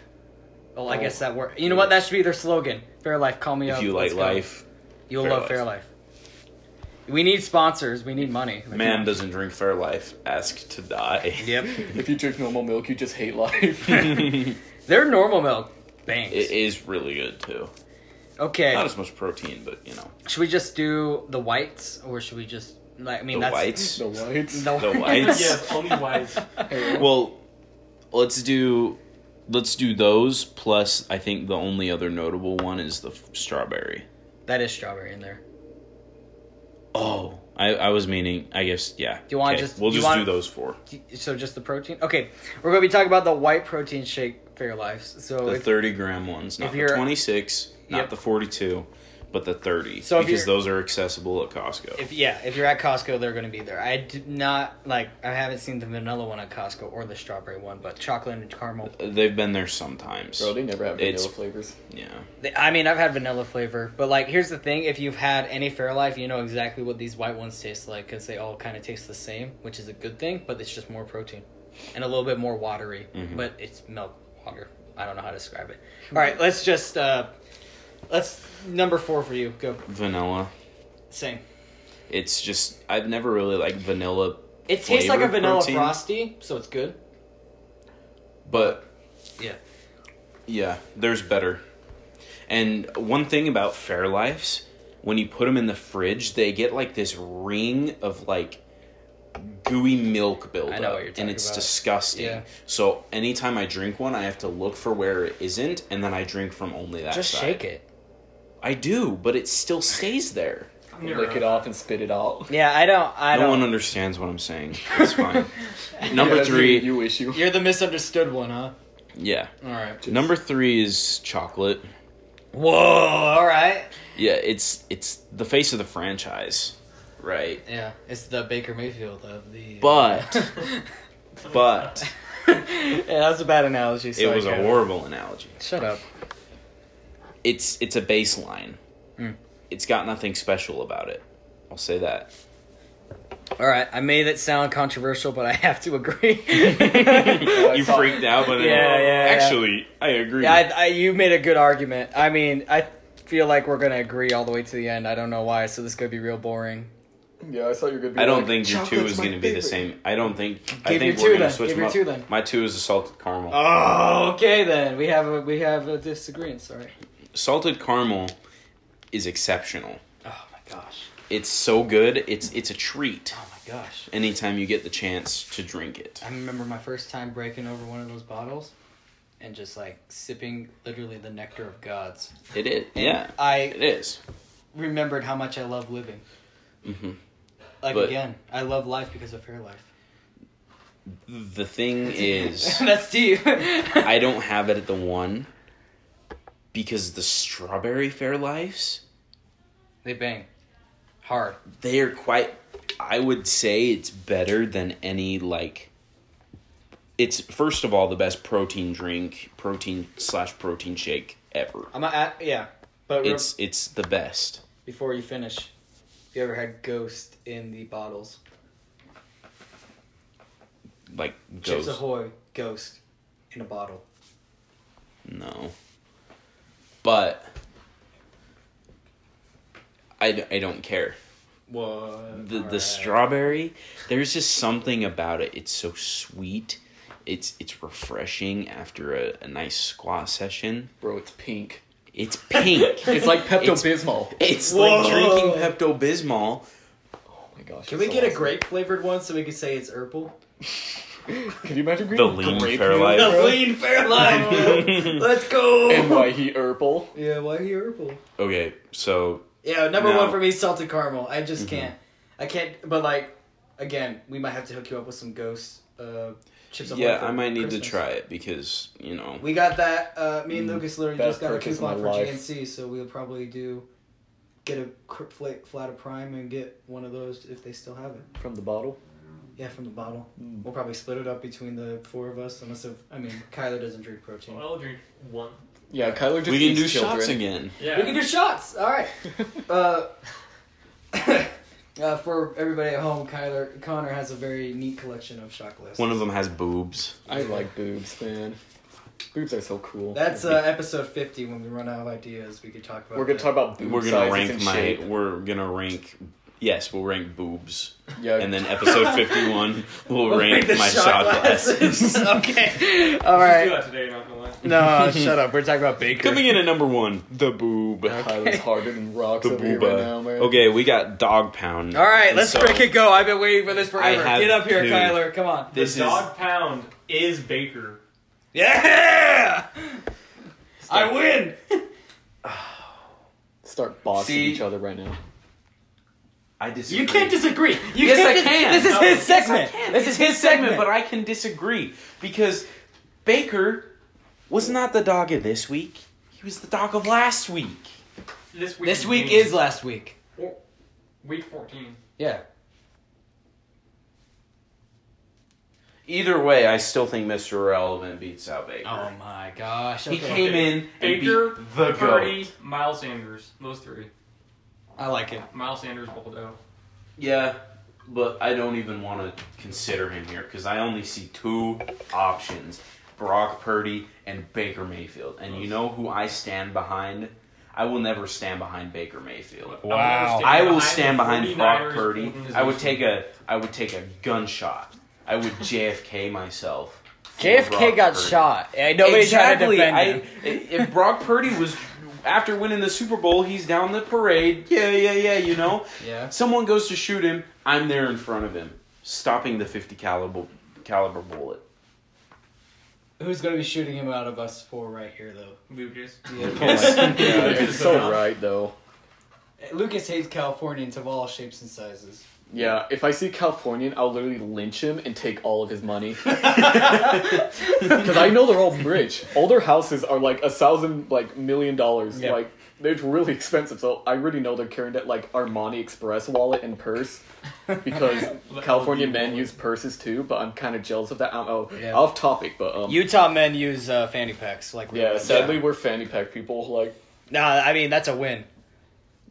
S6: Well, I
S7: Oh.
S6: guess that word. You know what? That should be their slogan. Fair life, call me up.
S1: if you like
S6: let's go.
S1: life,
S6: you'll
S1: Fair
S6: love
S1: Life.
S6: fair life. We need sponsors. We need money. Like,
S1: man doesn't drink Fair Life. Ask to die.
S6: Yep.
S7: If you drink normal milk, you just hate life.
S6: Their normal milk bangs.
S1: It is really good too.
S6: okay.
S1: Not as much protein, but you know
S6: should we just do the whites, or should we just like? I mean,
S1: the
S6: that's
S1: whites.
S7: the whites.
S6: The,
S1: The whites.
S5: Yeah, only wise.
S1: Well, let's do let's do those plus I think the only other notable one is the f- strawberry.
S6: That is strawberry in there.
S1: Oh, I, I was meaning I guess yeah. Do
S6: you wanna just-
S1: we'll
S6: you
S1: just
S6: wanna-
S1: do those four.
S6: So just the protein. Okay, we're gonna be talking about the white protein shake Fair Lives. So
S1: The
S6: if,
S1: thirty gram ones, not
S6: if
S1: the
S6: you're-
S1: twenty six,
S6: Yep.
S1: not the forty two, but the thirty.
S6: So if
S1: because
S6: you're-
S1: those are accessible at Costco.
S6: if yeah, if you're at Costco, they're gonna be there. I did not like. I haven't seen the vanilla one at Costco or the strawberry one, but chocolate and caramel.
S1: They've been there sometimes.
S7: Bro, they never have vanilla
S1: It's-
S7: flavors.
S1: yeah.
S6: They- I mean, I've had vanilla flavor, but like, here's the thing: if you've had any Fair Life, you know exactly what these white ones taste like because they all kind of taste the same, which is a good thing. But it's just more protein and a little bit more watery, but it's milk water. I don't know how to describe it. All right, let's just uh, let's number four for you. Go
S1: Vanilla.
S6: same.
S1: It's just I've never really liked vanilla
S6: It tastes like a
S1: flavor
S6: vanilla
S1: protein.
S6: frosty, so it's good.
S1: but
S6: Yeah.
S1: yeah, there's better. And one thing about Fairlife's, when you put them in the fridge, they get like this ring of like gooey milk buildup,
S6: know what you're
S1: and
S6: talking
S1: it's
S6: about.
S1: disgusting.
S6: Yeah.
S1: So anytime I drink one, I have to look for where it isn't, and then I drink from only that.
S6: Just
S1: side.
S6: shake it.
S1: I do, but it still stays there.
S7: Lick it off and spit it out.
S6: Yeah, I don't. I
S1: no
S6: don't.
S1: one understands what I'm saying. It's fine. Number
S7: Yeah, that's
S1: three,
S7: your- you issue.
S6: You're the misunderstood one, huh?
S1: yeah.
S6: All right.
S1: Number three is chocolate.
S6: Whoa. All right.
S1: Yeah, it's it's the face of the franchise, right?
S6: Yeah, it's the Baker Mayfield of the. uh,
S1: But but
S6: Oh, yeah, that was a bad analogy. So
S1: it was
S6: I
S1: a
S6: got-
S1: horrible analogy.
S6: Shut up.
S1: It's it's a baseline.
S6: Hmm.
S1: It's got nothing special about it. I'll say that.
S6: All right, I made it sound controversial, but I have to agree.
S1: You freaked out, but then,
S6: Yeah, yeah, yeah.
S1: actually, I agree.
S6: Yeah, I, I, you made a good argument. I mean, I feel like we're gonna agree all the way to the end. I don't know why, so this could be real boring.
S7: Yeah, I thought you were gonna. Be
S1: I don't
S7: like,
S1: think your two
S7: "Chocolate's
S1: is
S7: my
S1: going to be the
S7: favorite."
S1: same. I don't think. I
S6: Give
S1: think
S6: your
S1: we're
S6: two
S1: going
S6: then.
S1: to switch
S6: Give
S1: them
S6: your
S1: up.
S6: two then.
S1: My two is a salted caramel.
S6: Oh, okay then. We have a we have a disagreement. Sorry.
S1: salted caramel is exceptional.
S6: Oh my gosh.
S1: It's so good. It's it's a treat
S6: Oh my gosh.
S1: anytime you get the chance to drink it.
S6: I remember my first time breaking over one of those bottles, and just like sipping literally the nectar of gods.
S1: It is. Yeah. It
S6: I
S1: is.
S6: remembered how much I love living.
S1: Mhm.
S6: Like
S1: But-
S6: again, I love life because of Fairlife.
S1: The thing is
S6: That's deep.
S1: I don't have it at the one because the strawberry fair lives,
S6: they bang hard.
S1: they are quite I would say it's better than any like it's first of all the best protein drink, protein slash protein shake ever.
S6: I'm not at, yeah, but real-
S1: It's it's the best.
S6: before you finish, have you ever had Ghost in the bottles?
S1: Like
S6: Chips
S1: goes
S6: Ahoy, Ghost in a bottle.
S1: No. But I, d- I don't care.
S6: What?
S1: The the strawberry, there's just something about it. It's so sweet. It's it's refreshing after a, a nice squat session.
S7: Bro, it's pink.
S1: It's pink.
S7: It's like Pepto
S1: It's-
S7: Bismol.
S1: it's
S6: Whoa.
S1: like drinking Pepto Bismol.
S7: Oh my gosh.
S6: Can
S7: it's
S6: we
S7: so
S6: get a
S7: awesome.
S6: grape flavored one so we can say it's herbal?
S7: Can you imagine
S1: The
S7: green
S1: lean
S7: grape
S1: fair
S7: juice,
S1: life.
S7: bro?
S6: Lean Fairlife. Let's go.
S7: And why he E herbal?
S6: yeah, why are you herbal?
S1: Okay, so
S6: Yeah, number
S1: No.
S6: one for me, salted caramel. I
S1: Mm-hmm.
S6: just can't. I can't. But like, again, we might have to hook you up with some Ghost uh, chips. Ahoy
S1: yeah,
S6: for
S1: I might need
S6: Christmas.
S1: to try Mm, it because you know
S6: We got that. Uh, me and Lucas literally
S7: best
S6: just got a
S7: purchase of
S6: coupon for
S7: my life.
S6: GNC, so we'll probably do get a cr- flat, flat of prime and get one of those if they still have it.
S7: From the bottle?
S6: Yeah, from the bottle.
S1: Hmm.
S6: We'll probably split it up between the four of us, unless if, I mean Kyler doesn't drink protein.
S5: I'll drink one.
S7: Yeah, Kyler just
S1: we can
S7: eats
S1: do
S7: children.
S1: shots again.
S5: Yeah.
S6: We can do shots. All right. uh, uh, for everybody at home, Kyler Connor has a very neat collection of shot glasses.
S1: One of them has boobs.
S7: I like boobs, man. Boobs are so cool.
S6: That's uh, episode fifty. When we run out of ideas, we could talk about.
S7: we're gonna
S6: that.
S7: talk about boob
S1: We're gonna
S7: sizes
S1: rank
S7: and
S1: my.
S7: shape.
S1: We're gonna rank. Yes, we'll rank boobs.
S7: Yeah,
S1: and then episode 51 will rank
S6: the
S1: my shot glass.
S6: glasses. okay. All
S5: Let's
S6: right.
S5: do that today, not gonna lie.
S6: No, Uh, shut up. We're talking about Baker.
S1: Coming in at number one, the boob.
S7: Kyler's harder than rocks
S1: The
S7: over here right now,
S1: booba.
S7: man.
S1: Okay, we got dog pound.
S6: All right, let's
S1: So,
S6: break it go. I've been waiting for this
S1: I
S6: forever.
S1: have
S6: Get up here,
S1: two.
S6: Kyler. Come on.
S1: This
S5: the
S1: is
S5: dog pound is Baker.
S6: Yeah. I win.
S7: Start boxing
S6: See?
S7: each other right now.
S1: I disagree.
S6: You can't disagree. You
S1: Yes,
S6: can't
S1: I
S6: dis-
S1: can.
S6: This is
S1: No, yes,
S6: his
S1: I
S6: segment.
S1: can.
S6: This is his segment.
S1: but I can disagree because Baker was not the dog of this week. He was the dog of last week.
S5: This week.
S6: This week is last week.
S5: Four, week fourteen.
S6: Yeah.
S1: Either way, I still think Mr. Irrelevant beats out Baker.
S6: Oh my gosh.
S1: He
S6: okay.
S1: came in and
S5: Baker,
S1: beat the
S5: Purdy,
S1: goat.
S5: Miles Sanders. Those three.
S6: I like it.
S5: Miles Sanders, Baldo.
S1: Yeah, but I don't even want to consider him here because I only see two options Brock Purdy and Baker Mayfield. And you know who I stand behind? I will never stand behind Baker Mayfield.
S5: I would never
S6: Wow.
S1: I will stand
S5: the
S1: behind Brock
S5: 49ers
S1: Purdy. I would take a I would take a gunshot. I would JFK myself. for
S6: JFK
S1: Brock
S6: got
S1: Purdy.
S6: shot, and nobody
S1: exactly.
S6: tried
S1: I,
S6: to defend him.
S1: if Brock Purdy was after winning the Super Bowl, he's down the parade. Yeah, yeah, yeah. You know.
S6: Yeah.
S1: Someone goes to shoot him. I'm there in front of him, stopping the 50 caliber caliber bullet.
S6: Who's gonna be shooting him out of us four right here, though?
S5: Lucas.
S7: Yeah, it's so
S5: Yeah.
S7: right though.
S6: Lucas hates Californians of all shapes and sizes.
S7: Yeah, if I see Californian, I'll literally lynch him and take all of his money. Because I know they're all rich. All their houses are like a thousand, like million dollars.
S6: Yeah.
S7: Like they're really expensive. So I already know they're carrying that like Armani Express wallet and purse. Because California men use purses too. But I'm kind of jealous of that. I'm oh,
S6: Yeah.
S7: off topic, but um,
S6: Utah men use uh, fanny packs like
S7: yeah.
S6: real-
S7: Sadly, we're fanny pack people. Like
S6: Nah, I mean that's a win.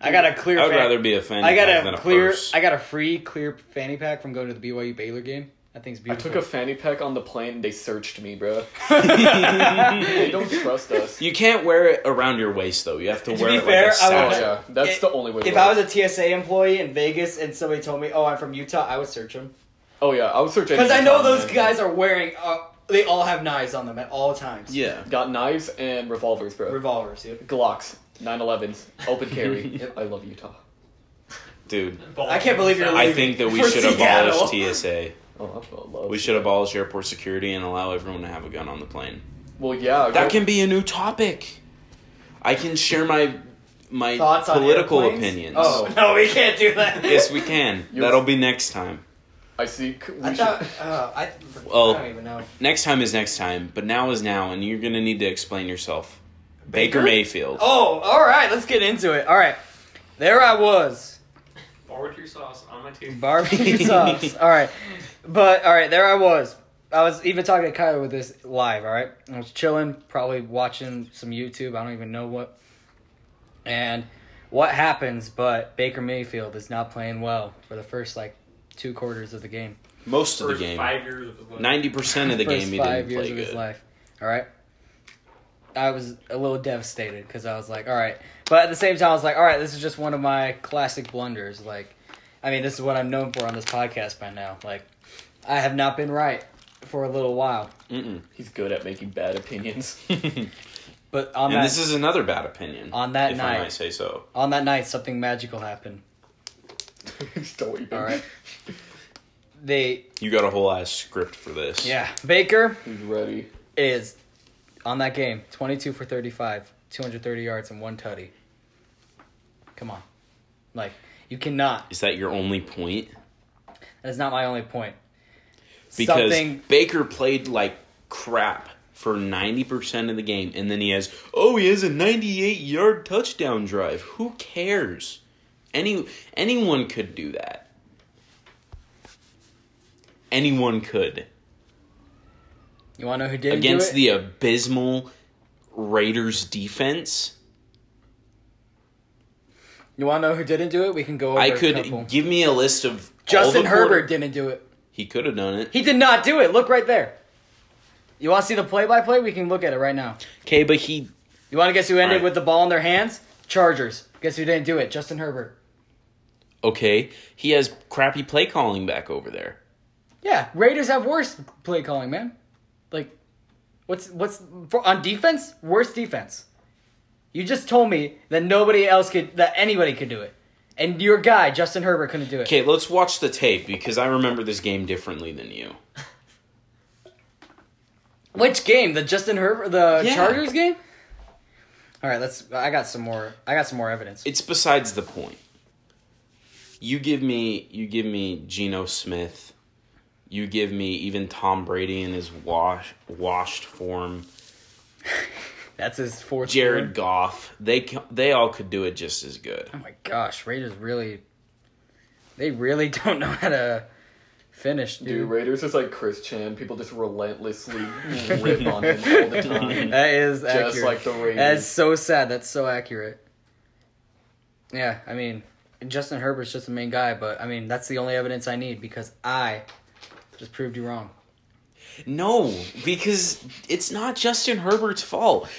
S6: I got a clear.
S1: I would
S6: fan-
S1: rather be a fan.
S6: I got
S1: than
S6: a
S1: a
S6: clear.
S1: purse.
S6: I got a free clear fanny pack from going to the BYU Baylor game. That thing's
S7: I
S6: beautiful.
S7: took a fanny pack on the plane. and They searched me, bro. they don't trust us.
S1: You can't wear it around your waist though. You have to,
S6: To
S1: wear
S6: be
S1: it like
S6: fair, I
S1: a
S6: would-
S7: Oh
S1: satchel.
S7: yeah, that's
S6: It-
S7: the only way. to
S6: If
S7: wear
S6: I
S7: it.
S6: was a TSA employee in Vegas and somebody told me, "Oh, I'm from Utah," I would search them
S7: Oh yeah, I would search
S6: because I
S7: any
S6: know
S7: town,
S6: those
S7: man.
S6: guys are wearing. Uh, they all have knives on them at all times.
S1: yeah.
S7: got knives and revolvers, bro.
S6: revolvers. Yep.
S7: Glocks, 911s, open carry. I love Utah.
S1: dude.
S6: I can't believe you're.
S1: I
S6: leaving
S1: think that we
S6: for
S1: should
S6: Seattle.
S1: abolish TSA.
S7: Oh, I love.
S1: We should abolish airport security and allow everyone to have a gun on the plane.
S7: Well, yeah. go-
S1: That can be a new topic. I can share my my
S6: Thoughts on
S1: political
S6: airplanes?
S1: opinions.
S6: Oh no, we can't do that.
S1: Yes, we can.
S7: You-
S1: That'll be next time.
S7: I see. c- We
S6: I
S7: should,
S6: thought. Uh, I,
S1: Well-
S6: I don't even know.
S1: Next time is next time, but now is now, and you're gonna need to explain yourself. Baker, Mayfield.
S6: Oh, all right. Let's get into it. All right. There I was.
S5: Barbecue sauce on my teeth.
S6: Barbecue sauce. All right. But, all right, there I was. I was even talking to Kyler with this live, all right? I was chilling, probably watching some YouTube. I don't even know what. And what happens, but Baker Mayfield is not playing well for the first, like, two quarters of the game.
S1: Most of the
S5: First
S1: game,
S5: five years of his life.
S1: ninety percent of the
S6: first
S1: game, he
S6: five
S1: didn't
S6: years
S1: play
S6: of his
S1: good.
S6: life. All right. I was a little devastated because I was like, all right. But at the same time, I was like, all right, this is just one of my classic blunders. Like, I mean, this is what I'm known for on this podcast by now. Like, I have not been right for a little while.
S1: Mm-mm.
S7: he's good at making bad opinions.
S6: But on
S1: And
S6: that
S1: this is another bad opinion.
S6: On that
S1: if I
S6: night.
S1: might say so.
S6: on that night, something magical happened.
S7: Don't even.
S6: All right. They
S1: You got a whole ass script for this.
S6: yeah, Baker
S7: He's ready.
S6: is on that game 22 for 35 230 yards and one tutty come on like you cannot
S1: Is that your only point?
S6: that's not my only point
S1: because
S6: something
S1: Baker played like crap for 90% of the game and then he has oh he has a 98 yard touchdown drive who cares any anyone could do that anyone could
S6: you want to know who didn't
S1: against
S6: do it?
S1: the abysmal raiders defense
S6: you want to know who didn't do it we can go over
S1: i
S6: a
S1: could
S6: couple.
S1: give me a list of all
S6: justin
S1: the
S6: herbert
S1: quarter-
S6: didn't do it
S1: he could have done it
S6: he did not do it look right there you want to see the play-by-play we can look at it right now
S1: okay but he
S6: you want to guess who ended
S1: Alright.
S6: with the ball in their hands chargers guess who didn't do it justin herbert
S1: okay he has crappy play calling back over there
S6: Yeah, Raiders have worse play calling, man. Like, what's what's for, on defense? Worse defense. You just told me that nobody else could, that anybody could do it, and your guy Justin Herbert couldn't do it.
S1: Okay, let's watch the tape because I remember this game differently than you.
S6: Which game? The Justin Herbert, the
S1: Yeah.
S6: Chargers game. All right, let's. I got some more. I got some more evidence.
S1: It's besides the point. You give me you give me Geno Smith. You give me even Tom Brady in his wash, washed form.
S6: That's his fourth.
S1: Jared
S6: win.
S1: Goff. They c- they all could do it just as good.
S6: Oh my gosh, Raiders really. They really don't know how to finish,
S7: Dude,
S6: dude.
S7: Raiders is like Chris Chan. People just relentlessly rip on him all the time.
S6: That is
S7: Just
S6: accurate.
S7: like the Raiders.
S6: That's so sad. That's so accurate. Yeah, I mean, Justin Herbert's just the main guy, but I mean, that's the only evidence I need because I just proved you wrong.
S1: No, because it's not Justin Herbert's fault.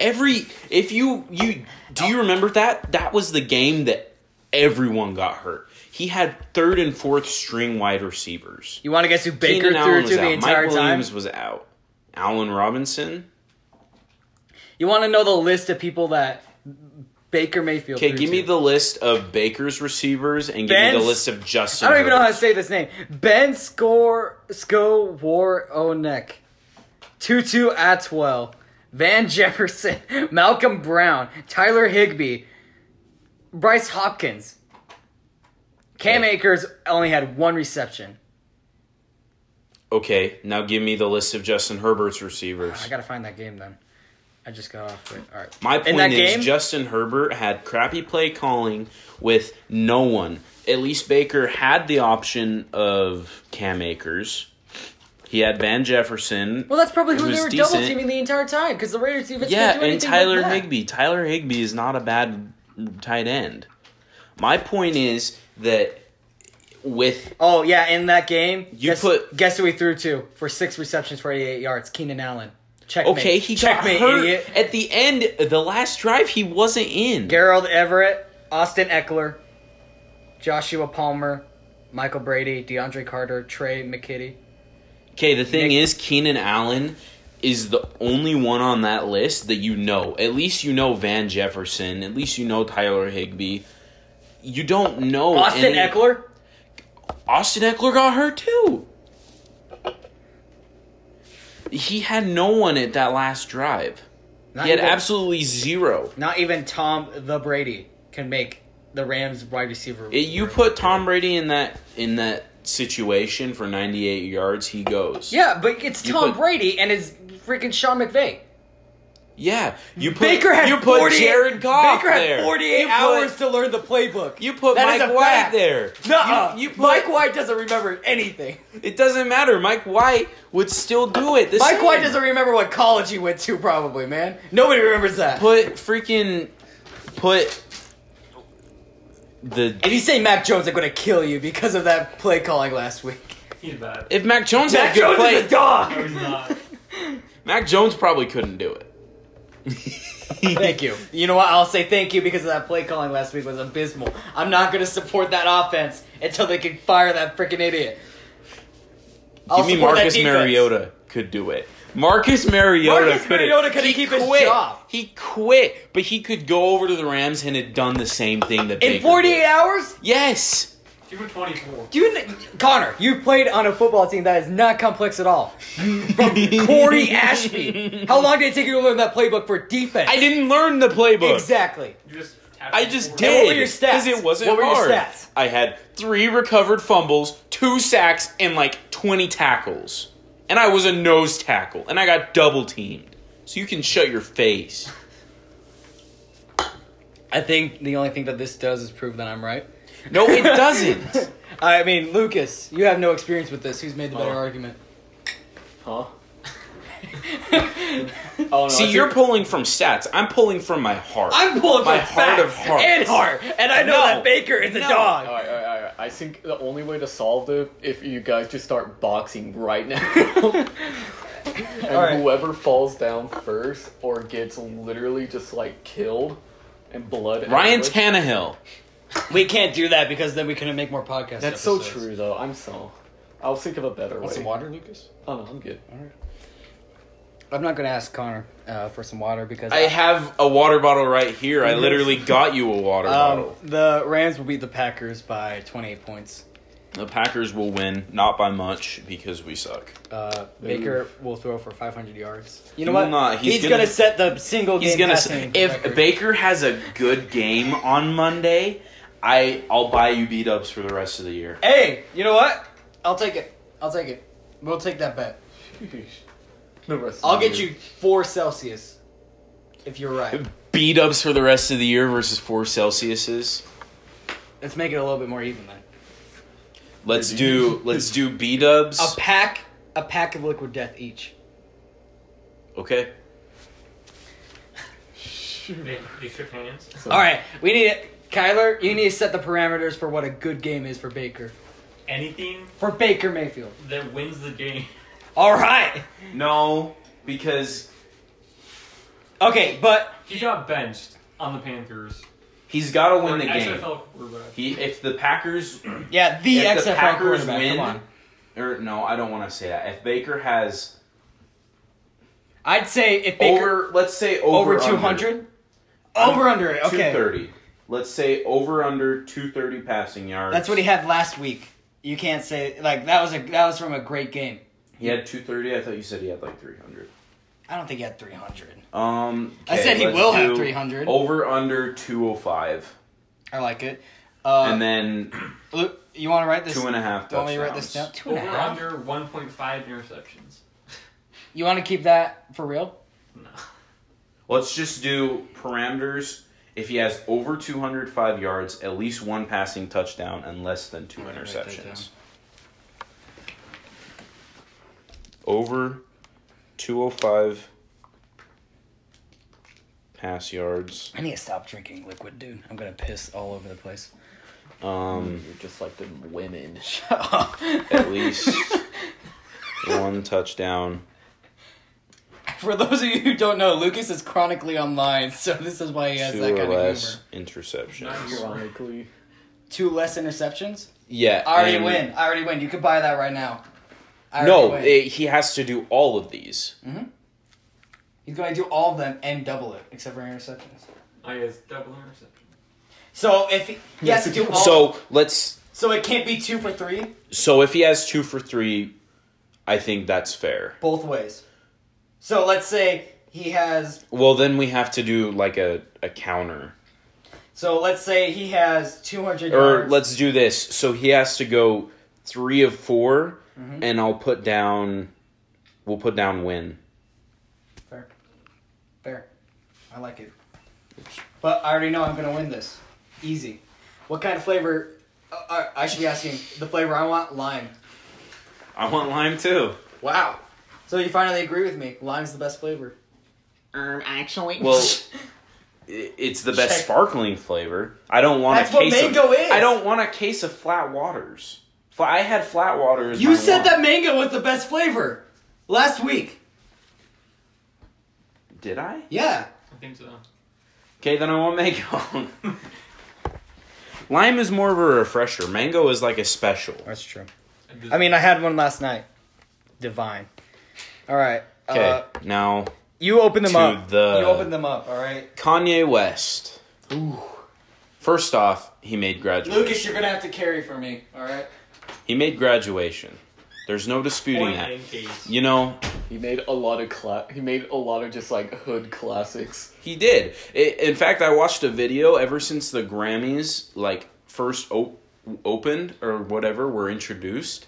S1: Every if you you do you remember that that was the game that everyone got hurt. He had third and fourth string wide receivers.
S6: You want to guess who Baker
S1: Keenan
S6: threw
S1: Allen
S6: to
S1: was
S6: the
S1: out.
S6: entire
S1: Mike
S6: time?
S1: Williams was out. Allen Robinson.
S6: You want to know the list of people that Baker Mayfield
S1: Okay,
S6: threw
S1: give me
S6: to?
S1: the list of Baker's receivers and give me
S6: Ben's-
S1: the list of Justin.
S6: I don't even know how to
S1: Herbert's.
S6: say this name. Ben Score Sco War Onek. Tutu Atwell. Van Jefferson. Malcolm Brown. Tyler Higbee. Bryce Hopkins. Cam Akers only had one reception.
S1: Okay, now give me the list of Justin Herbert's receivers.
S6: I gotta find that game then. I just got off it. Alright.
S1: My
S6: In
S1: point
S6: that
S1: is,
S6: game,
S1: Justin Herbert had crappy play calling with no one. At least Baker had the option of Cam Akers. He had Van Jefferson.
S6: Well, that's probably who
S1: was
S6: they were
S1: decent.
S6: double teaming the entire time because the Raiders defense
S1: yeah,
S6: couldn't do
S1: and
S6: anything
S1: Tyler
S6: but that.
S1: Higbee. Tyler Higbee is not a bad tight end. My point is that with
S6: Oh yeah, in that game,
S1: You
S6: guess,
S1: put-
S6: guess who he threw to for six receptions for eighty-eight yards? Keenan Allen. Checkmate.
S1: okay, he
S6: Checkmate,
S1: got hurt
S6: idiot.
S1: at the end. The last drive, he wasn't in.
S6: Gerald Everett, Austin Eckler, Joshua Palmer, Michael Brady, DeAndre Carter, Trey McKitty.
S1: Okay, the thing
S6: Nick-
S1: is, Keenan Allen is the only one on that list that you know. At least you know Van Jefferson. At least you know Tyler Higbee. You don't know any-
S6: Austin Eckler.
S1: Austin Eckler got hurt too. He had no one at that last drive.
S6: Not
S1: He had
S6: even,
S1: absolutely zero.
S6: Not even Tom the Brady can make the Rams wide receiver.
S1: It- you put Tom Brady in that in that situation for 98 yards, he goes.
S6: yeah, but it's
S1: You
S6: Tom
S1: put-
S6: Brady and it's freaking Sean McVay.
S1: Yeah, you put
S6: Baker had
S1: you put
S6: 48
S1: Jared Goff
S6: Baker had
S1: there.
S6: 48
S1: You put-
S6: hours to learn the playbook.
S1: You put
S6: That is
S1: Mike
S6: a
S1: White
S6: fact.
S1: there.
S6: Nuh-uh.
S1: You, you put,
S6: Mike White doesn't remember anything.
S1: It doesn't matter. Mike White would still do it. The
S6: Mike
S1: same.
S6: White doesn't remember what college he went to, probably, man. Nobody remembers that.
S1: put freaking put
S6: if
S1: the
S6: you say Mac Jones, I'm going to kill you because of that play calling last week.
S5: He's bad.
S1: if Mac Jones had a
S6: Mac
S1: good
S6: Jones
S1: play,
S6: is a dog.
S5: No, he's not.
S1: Mac Jones probably couldn't do it.
S6: thank you. You know what? I'll say thank you because of that play calling last week was abysmal. I'm not going to support that offense until they can fire that freaking idiot. I'll
S1: Give me
S6: support that
S1: Marcus
S6: defense.
S1: Mariota could do it. Marcus Mariota
S6: Marcus
S1: couldn't.
S6: Mariota couldn't
S1: He
S6: keep his
S1: quit.
S6: job.
S1: He quit, but he could go over to the Rams and had done the same thing that Baker
S6: In 48
S1: did.
S6: hours?
S1: Yes.
S5: Give him 24.
S6: Do you, kn- Connor, you played on a football team that is not complex at all. From Corey Ashby. How long did it take you to learn that playbook for defense?
S1: I didn't learn the playbook.
S6: Exactly.
S5: You just tap
S1: I
S5: him
S1: just
S5: forward.
S1: did.
S6: And what were your stats?
S1: Because it wasn't
S6: What were your
S1: hard.
S6: stats?
S1: I had three recovered fumbles, two sacks, and like 20 tackles. And I was a nose tackle, and I got double teamed. So you can shut your face.
S6: I think the only thing that this does is prove that I'm right.
S1: No, it doesn't.
S6: I mean, Lucas, you have no experience with this. Who's made the better
S1: Oh.
S6: argument?
S7: Huh? Oh, no,
S1: See, you're pulling from stats. I'm pulling from my heart.
S6: I'm pulling
S1: My
S6: from
S1: heart of
S6: facts
S1: hearts.
S6: and heart, and I know
S1: No.
S6: that Baker is a
S1: No. Uh,
S6: dog.
S7: Alright, alright, alright. I think the only way to solve it if you guys just start boxing right now. and
S6: Alright.
S7: whoever falls down first or gets literally just like killed and blood.
S1: Ryan
S7: everywhere-
S1: Tannehill.
S6: We can't do that because then we couldn't make more podcasts.
S7: That's so true though. I'm so. I'll think of a better way.
S6: water, Lucas?
S7: Oh, no, I'm good.
S6: I'm not gonna ask Connor uh, for some water because
S1: I have a water bottle right here. I literally got you a water
S6: um,
S1: bottle.
S6: the Rams will beat the Packers by 28 points.
S1: The Packers will win, not by much, because we suck.
S6: Uh, Baker will throw for 500 yards. You know
S1: He
S6: what?
S1: will not.
S6: He's,
S1: He's
S6: gonna,
S1: gonna-
S6: set the single game
S1: He's gonna
S6: passing
S1: say if
S6: record.
S1: Baker has a good game on Monday, I I'll buy you beat ups for the rest of the year.
S6: Hey, you know what? I'll take it. I'll take it. We'll take that bet.
S7: Sheesh. The rest
S6: I'll
S7: of the
S6: get
S7: year.
S6: you four Celsius if you're right.
S1: Beat ups for the rest of the year versus four Celsiuses.
S6: Let's make it a little bit more even then.
S1: Let's do let's do beat ups.
S6: A pack, a pack of liquid death each.
S1: Okay.
S5: They, they shook hands.
S7: So-
S6: All right, we need it. Kyler, you need to set the parameters for what a good game is for Baker.
S5: Anything
S6: For Baker Mayfield.
S5: that wins the game.
S6: All right.
S1: No, because
S6: Okay, but
S5: He got benched on the Panthers.
S1: He's got to win the
S5: An
S1: game.
S5: XFL quarterback.
S1: He if the Packers
S6: yeah, the
S1: if
S6: XFL
S1: the Packers
S6: quarterback. Come
S1: win,
S6: on,
S1: or no, I don't want to say that. If Baker has
S6: I'd say if Baker
S1: over, let's say
S6: over,
S1: over
S6: two hundred, over under. it,
S1: two
S6: Okay,
S1: thirty. Let's say over under two thirty passing yards.
S6: that's what he had last week. You can't say like that was a that was from a great game.
S1: He had two thirty. I thought you said he had like three hundred.
S6: I don't think he had three hundred.
S1: Um,
S6: I
S1: okay,
S6: said he
S1: let's
S6: will have
S1: do
S6: 300.
S1: Over under two hundred five,
S6: I like it. Uh,
S1: and then
S6: Luke, you want to write this?
S1: two and a half.
S6: want me to write this down?
S1: touchdowns.
S6: Two and
S5: Over
S6: a half.
S5: under 1.5 interceptions.
S6: You want to keep that for real?
S5: No.
S1: Let's just do parameters. If he has over 205 yards, at least one passing touchdown, and less than two
S6: write that down.
S1: interceptions. Over 205 pass yards.
S6: I need to stop drinking liquid, dude. I'm gonna piss all over the place.
S1: Um,
S7: You're just like them women.
S1: at least one touchdown.
S6: For those of you who don't know, Lucas is chronically online, so this is why he has
S1: Two
S6: that
S1: or
S6: kind of
S1: less
S6: humor.
S1: interceptions.
S5: Nice.
S7: Ironically,
S6: Two less interceptions.
S1: Yeah.
S6: I already
S1: and-
S6: win. I already win. You could buy that right now. I already
S1: No,
S6: win.
S1: it, he has to do all of these.
S6: he's gonna do all of them and double it, except for interceptions.
S5: I guess double interception.
S6: So if he, he has to do all, so
S1: So let's
S6: so it can't be two for three
S1: So if he has two for three, I think that's fair.
S6: both ways. So let's say he has
S1: Well, then we have to do like a, a counter.
S6: So let's say he has 200
S1: Or
S6: yards.
S1: Er, let's do this. So he has to go three of 4
S6: Mm-hmm.
S1: and I'll put down. We'll put down win.
S6: Fair. Fair. I like it. But I already know I'm going to win this. Easy. What kind of flavor? Uh, uh, I should be asking the flavor I want lime.
S1: I want lime too.
S6: Wow. So you finally agree with me. Lime's the best flavor.
S8: Um, actually.
S1: Well, i- it's the best
S6: Check.
S1: sparkling flavor. I don't want
S6: That's
S1: a
S6: what
S1: case
S6: mango
S1: of,
S6: is.
S1: I don't want a case of flat waters. Fla- I had flat waters.
S6: You said that mango was the best flavor last week.
S1: Did I?
S6: Yeah.
S5: I think so.
S1: Okay, then I won't make it. Lime is more of a refresher. Mango is like a special.
S6: That's true.
S5: just-
S6: I mean, I had one last night. Divine. All right.
S1: Okay,
S6: Uh,
S1: now
S6: you open them
S1: to
S6: up.
S1: the-
S6: You open them up, all right?
S1: Kanye West. First off, he made graduation.
S6: Lucas, you're going to have to carry for me, all right?
S1: He made graduation. There's no disputing
S5: Point
S1: that.
S5: in case.
S1: You know,
S7: he made a lot of cla- He made a lot of just like hood classics.
S1: he did. I in fact, I watched a video ever since the Grammys like first op- opened or whatever were introduced.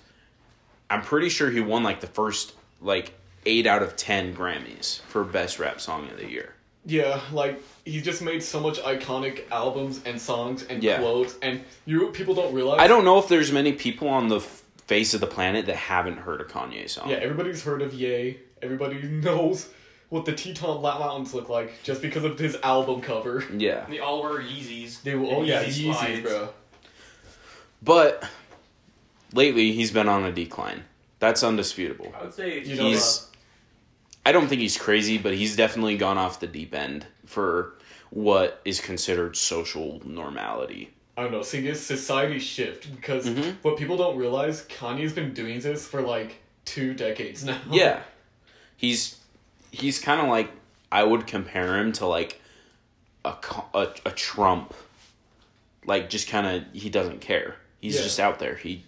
S1: I'm pretty sure he won like the first like 8 out of 10 Grammys for best rap song of the year.
S7: Yeah, like he just made so much iconic albums and songs and
S1: Yeah.
S7: quotes, and you people don't realize.
S1: I don't know if there's many people on the f- face of the planet that haven't heard a Kanye song.
S7: Yeah, everybody's heard of Yay. Everybody knows what the Teton La- Mountains look like just because of his album cover.
S1: Yeah.
S5: They all wear Yeezys.
S7: They will. Oh
S5: And
S7: yeah,
S5: Yeezy
S7: Yeezys,
S5: slides.
S7: bro.
S1: But lately, he's been on a decline. That's undisputable.
S5: I would say
S7: You know,
S1: He's. I don't think he's crazy, but he's definitely gone off the deep end for what is considered social normality.
S7: I don't know. See, this society shift because
S1: Mm-hmm.
S7: what people don't realize, Kanye's been doing this for like two decades now.
S1: Yeah. He's he's kind of like I would compare him to like a co- a, a Trump. Like just kind of he doesn't care. He's
S7: Yeah.
S1: just out there. He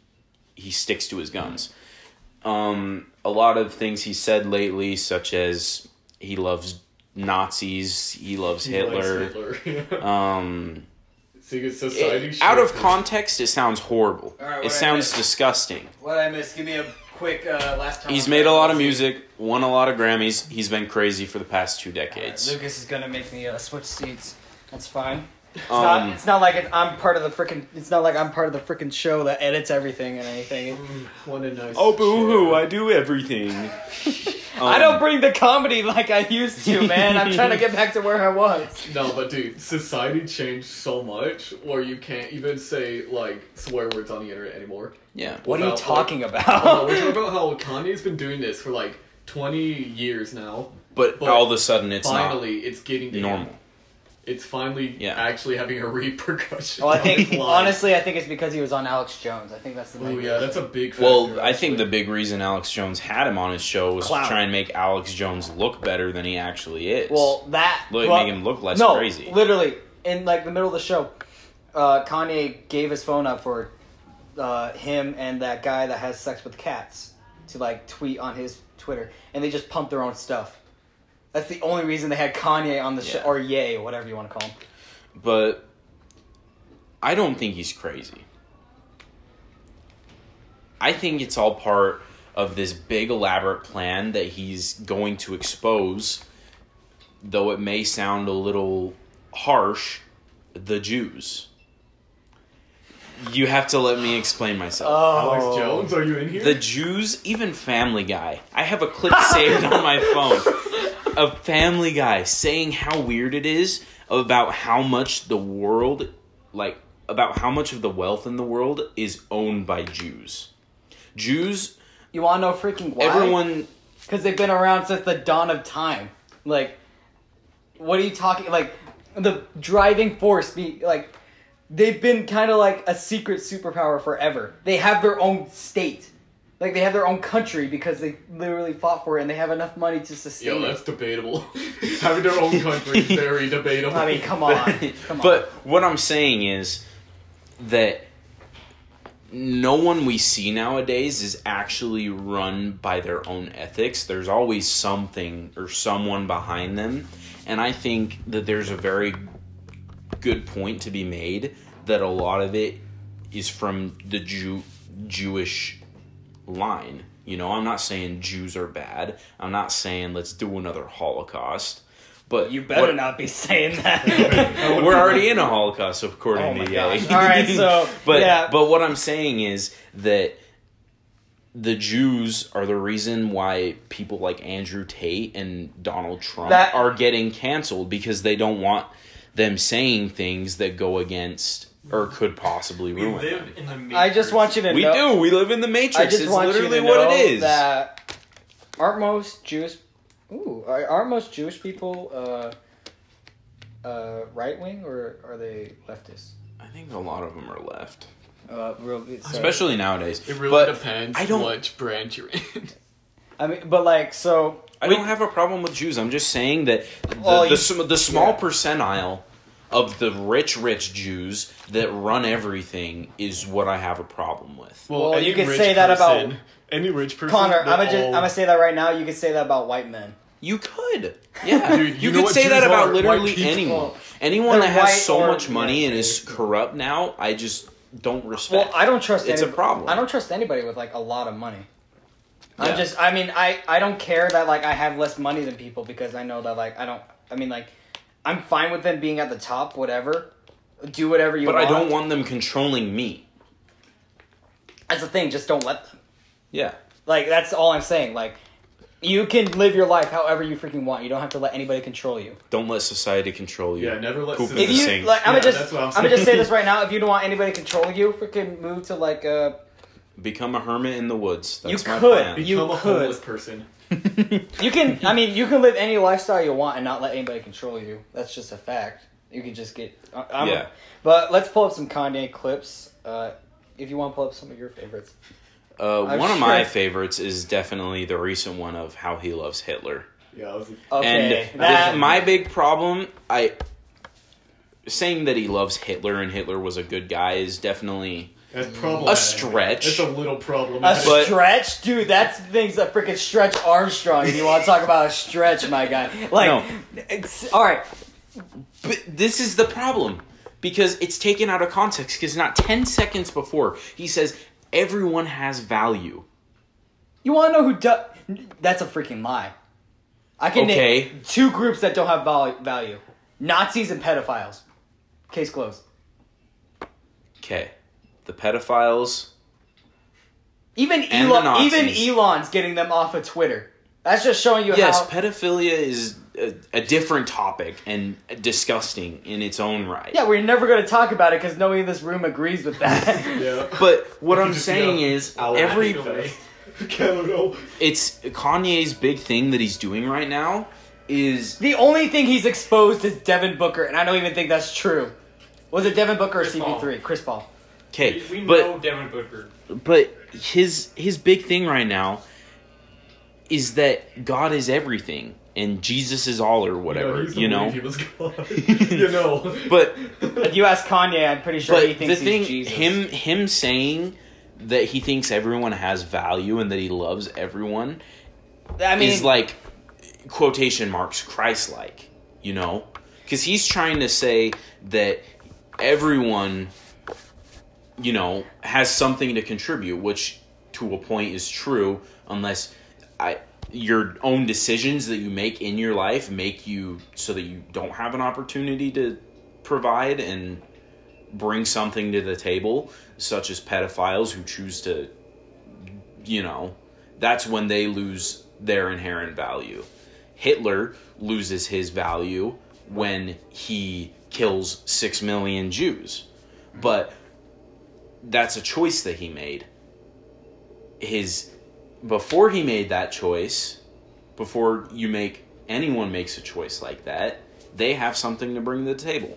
S1: he sticks to his guns. Um a lot of things he said lately such as he loves Nazis, he loves
S7: He likes
S1: Hitler.
S7: Hitler.
S1: Um
S7: See, it's
S1: it-
S7: society shift.
S1: out of context it sounds horrible.
S6: All right, what I
S1: it sounds
S6: missed.
S1: disgusting.
S6: What did I miss? Give me a quick uh, last time.
S1: He's made a lot of music, won a lot of Grammys. He's been crazy for the past two decades.
S6: Lucas is gonna make me uh, switch seats. That's fine. It's, not,
S1: Um,
S6: it's not like it, I'm part of the frickin' It's not like I'm part of the frickin' show that edits everything and anything.
S7: What a nice.
S1: oh, boo hoo,
S7: chair.
S1: I do everything. Um,
S6: I don't bring the comedy like I used to, man. I'm trying to get back to where I was.
S7: No, but dude, society changed so much where you can't even say like swear words on the internet anymore.
S1: Yeah.
S6: What are you
S7: About,
S6: talking
S7: Oh, no, we're
S6: about?
S7: talking about how Kanye's been doing this for like 20 years now.
S1: but,
S7: But
S1: all of a sudden it's
S7: finally, it's getting to
S1: not normal.
S7: him. It's finally
S1: Yeah.
S7: actually having a repercussion.
S6: Well, I
S7: on
S6: think
S7: his life.
S6: honestly, I think it's because he was on Alex Jones. I think that's the.
S7: Oh
S6: main
S7: yeah, that's a big. Factor,
S1: Well, I think
S7: actually.
S1: the big reason Alex Jones had him on his show was
S6: Clout.
S1: to try and make Alex Jones look better than he actually is.
S6: Well, that
S1: Look,
S6: well,
S1: make him look less
S6: no,
S1: crazy.
S6: Literally, in like the middle of the show, uh, Kanye gave his phone up for uh, him and that guy that has sex with cats to like tweet on his Twitter, and they just pump their own stuff. That's the only reason they had Kanye on the show,
S1: Yeah.
S6: or Ye, whatever you want to call him.
S1: but I don't think he's crazy. I think it's all part of this big elaborate plan that he's going to expose, though it may sound a little harsh, the Jews. You have to let me explain myself.
S7: Alex Jones, are you in here?
S1: The Jews, even Family Guy. I have a clip saved on my phone of Family Guy saying how weird it is about how much the world, like, about how much of the wealth in the world is owned by Jews. Jews,
S6: You want to know freaking why?
S1: everyone,
S6: because they've been around since the dawn of time. Like, what are you talking? Like, the driving force be like, they've been kind of like a secret superpower forever. They have their own state, like they have their own country because they literally fought for it and they have enough money to sustain
S7: Yo, that's
S6: it.
S7: debatable. Having their own country is very debatable.
S6: I mean, come on, come on.
S1: but what I'm saying is that no one we see nowadays is actually run by their own ethics. There's always something or someone behind them. And I think that there's a very good point to be made that a lot of it is from the Jew Jewish line. You know, I'm not saying Jews are bad. I'm not saying let's do another Holocaust. But you
S6: better not be saying that.
S1: we're already in a Holocaust, according
S6: Oh my
S1: to
S6: gosh.
S1: Yay.
S6: All right, so,
S1: but
S6: yeah.
S1: but what I'm saying is that the Jews are the reason why people like Andrew Tate and Donald Trump
S6: That-
S1: are getting canceled because they don't want them saying things that go against or could possibly
S5: We
S1: ruin
S5: live
S1: them.
S5: in the Matrix.
S6: I just want you to
S1: We
S6: know.
S1: do. We live in the Matrix.
S6: I just
S1: it's
S6: want
S1: literally
S6: you to know
S1: what it is.
S6: that aren't most Jewish, ooh, are, are most Jewish people uh, uh, right wing or are they leftists?
S1: I think a lot of them are left,
S6: Uh, real, sorry.
S1: especially nowadays.
S7: it really
S1: but
S7: depends
S1: I don't-
S7: what branch you're in.
S6: I mean, but like, so
S1: I don't have a problem with Jews. I'm just saying that the,
S6: Oh,
S1: the,
S6: you-
S1: sm- the small
S6: yeah.
S1: percentile of the rich, rich Jews that run everything is what I have a problem with.
S6: Well,
S7: any
S6: you could
S7: rich
S6: say that about-
S7: person- any rich person.
S6: Connor, I'm gonna
S7: they're
S6: just, I'm
S7: all-
S6: gonna say that right now. You could say that about white men.
S1: You could. Yeah.
S7: Dude,
S1: you
S7: you know
S1: could
S7: what
S1: say that
S7: Jews
S1: about
S7: are?
S1: literally
S7: White people.
S1: anyone. Anyone
S6: They're
S1: that has
S6: white
S1: so
S6: or-
S1: much money
S6: yeah,
S1: and is
S6: they-
S1: corrupt now, I just don't respect.
S6: Well, I don't trust.
S1: It's a problem.
S6: I don't trust anybody with like a lot of money.
S1: Yeah.
S6: I'm just. I mean, I I don't care that like I have less money than people because I know that like I don't. I mean, like I'm fine with them being at the top. Whatever, do whatever you.
S1: But I
S6: want.
S1: don't want them controlling me.
S6: That's the thing. Just don't let them.
S1: Yeah.
S6: Like that's all I'm saying. Like you can live your life however you freaking want. You don't have to let anybody control you. Don't
S1: Don't let society control you.
S7: Yeah, never let
S1: Poop in
S7: If
S1: the
S6: you
S1: sink.
S6: like, I'm
S7: Yeah,
S6: gonna
S7: that's
S6: just
S7: what I'm
S6: I'm gonna just say
S7: saying.
S6: this right now. If you don't want anybody controlling you, freaking move to like uh
S1: Become a hermit in the woods. That's
S6: You
S1: my
S6: could
S1: plan.
S6: be-
S7: Become
S6: you
S7: a homeless person.
S6: You can, I mean, you can live any lifestyle you want and not let anybody control you. That's just a fact. You can just get. I- I'm,
S1: Yeah.
S6: But let's pull up some Kanye clips. Uh, if you want to pull up some of your favorites.
S1: Uh,
S6: I'm
S1: one of my
S6: sure-
S1: favorites is definitely the recent one of how he loves Hitler.
S7: Yeah, I was,
S6: Okay.
S1: and
S6: that,
S1: the- my big problem, I saying that he loves Hitler and Hitler was a good guy is definitely
S7: that's problematic.
S1: a stretch.
S7: That's a little
S6: a
S7: problematic.
S1: but-
S6: stretch, dude. That's the things that freaking stretch Armstrong. If you want to talk about a stretch, my guy. Like,
S1: No.
S6: it's, all right.
S1: But this is the problem because it's taken out of context. Because not ten seconds before he says everyone has value.
S6: You want to know who? Do- That's a freaking lie. I can
S1: Okay.
S6: name two groups that don't have val- value: Nazis and pedophiles. Case closed.
S1: Okay, the pedophiles.
S6: Even
S1: And the
S6: Elon, even
S1: Nazis.
S6: Elon's getting them off of Twitter. That's just showing you
S1: Yes,
S6: how.
S1: pedophilia is a, a different topic and disgusting in its own right.
S6: yeah, we're never going to talk about it because nobody in this room agrees with that.
S7: yeah.
S1: But what I'm
S7: just
S1: saying
S7: go,
S1: is,
S7: I'll
S1: every
S7: laugh. I don't know.
S1: it's Kanye's big thing that he's doing right now is
S6: The only thing he's exposed is Devin Booker, and I don't even think that's true. Was it Devin Booker
S5: Chris
S6: or CP3? Chris Paul.
S1: okay,
S5: We, we know
S1: but
S5: Devin Booker.
S1: but his his big thing right now is that God is everything and Jesus is all or whatever, you know.
S7: he was gone. you know.
S1: But
S6: If you ask Kanye, I'm pretty sure he
S1: but the
S6: thinks
S1: thing
S6: he's Jesus.
S1: him him saying that he thinks everyone has value and that he loves everyone
S6: I mean,
S1: is like quotation marks Christ like, you know? Because he's trying to say that everyone, you know, has something to contribute, which to a point is true, unless I your own decisions that you make in your life make you so that you don't have an opportunity to provide and bring something to the table such as pedophiles who choose to you know, that's when they lose their inherent value. Hitler loses his value when he kills six million Jews. But that's a choice that he made. His before he made that choice, before you make anyone makes a choice like that, they have something to bring to the table.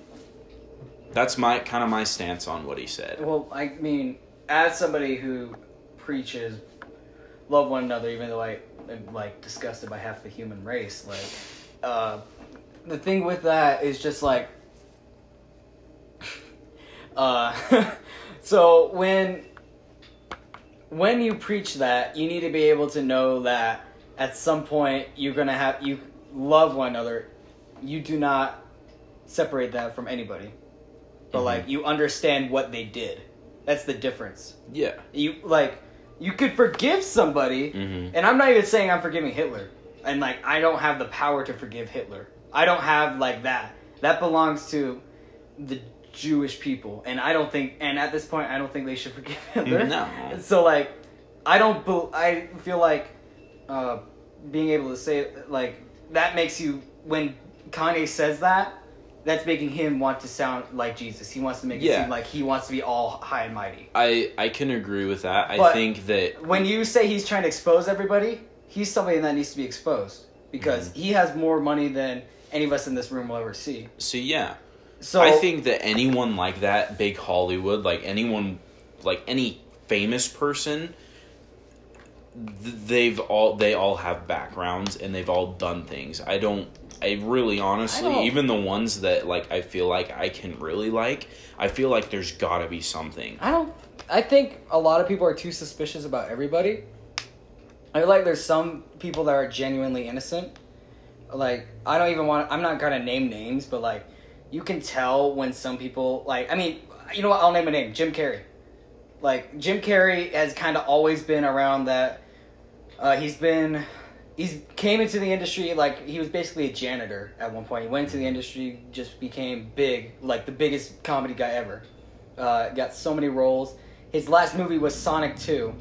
S1: That's my kind of my stance on what he said.
S6: Well, I mean, as somebody who preaches love one another, even though I am like disgusted by half the human race, like uh, the thing with that is just like, uh, so when when you preach that, you need to be able to know that at some point you're gonna have you love one another. You do not separate that from anybody but like you understand what they did. That's the difference.
S1: Yeah.
S6: You like you could forgive somebody,
S1: Mhm.
S6: and I'm not even saying I'm forgiving Hitler. And like I don't have the power to forgive Hitler. I don't have like that. That belongs to the Jewish people, and I don't think. And at this point, I don't think they should forgive Hitler.
S1: No.
S6: So like, I don't. bel I feel like uh, being able to say like that makes you when Kanye says that. That's making him want to sound like Jesus. He wants to make it
S1: Yeah.
S6: seem like he wants to be all high and mighty.
S1: I I can agree with that. I
S6: But-
S1: think that
S6: When you say he's trying to expose everybody, he's somebody that needs to be exposed because he has more money than any of us in this room will ever see.
S1: so yeah.
S6: So
S1: I think that anyone like that, big Hollywood, like anyone, like any famous person, th- they've all they all have backgrounds and they've all done things. I don't. I really, honestly,
S6: don't-
S1: even the ones that like I feel like I can really like, I feel like there's got to be something.
S6: I don't. I think a lot of people are too suspicious about everybody. I feel like there's some people that are genuinely innocent. Like I don't even want. I'm not gonna name names, but like you can tell when some people like. I mean, you know what? I'll name a name. Jim Carrey. Like Jim Carrey has kind of always been around that. Uh, he's been. He's came into the industry like he was basically a janitor at one point. He went into the industry, just became big, like the biggest comedy guy ever uh, got so many roles. His last movie was Sonic 2,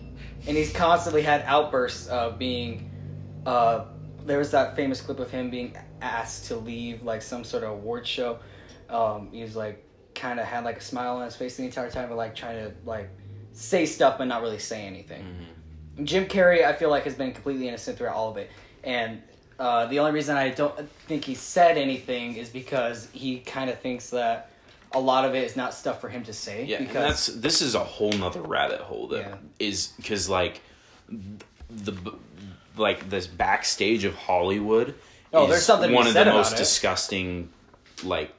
S6: and he's constantly had outbursts of being. Uh, there was that famous clip of him being asked to leave like some sort of award show. Um, he was like kind of had like a smile on his face the entire time, but like trying to like say stuff but not really say anything.
S1: Mm-hmm.
S6: Jim Carrey, I feel like, has been completely innocent throughout all of it, and uh, the only reason I don't think he said anything is because he kind of thinks that a lot of it is not stuff for him to say.
S1: Yeah,
S6: because
S1: and that's this is a whole nother rabbit hole
S6: Yeah.
S1: that is 'cause because like the b- like this backstage of Hollywood.
S6: Oh,
S1: is
S6: there's something to
S1: one
S6: be
S1: of
S6: said
S1: the
S6: about
S1: most
S6: it.
S1: disgusting like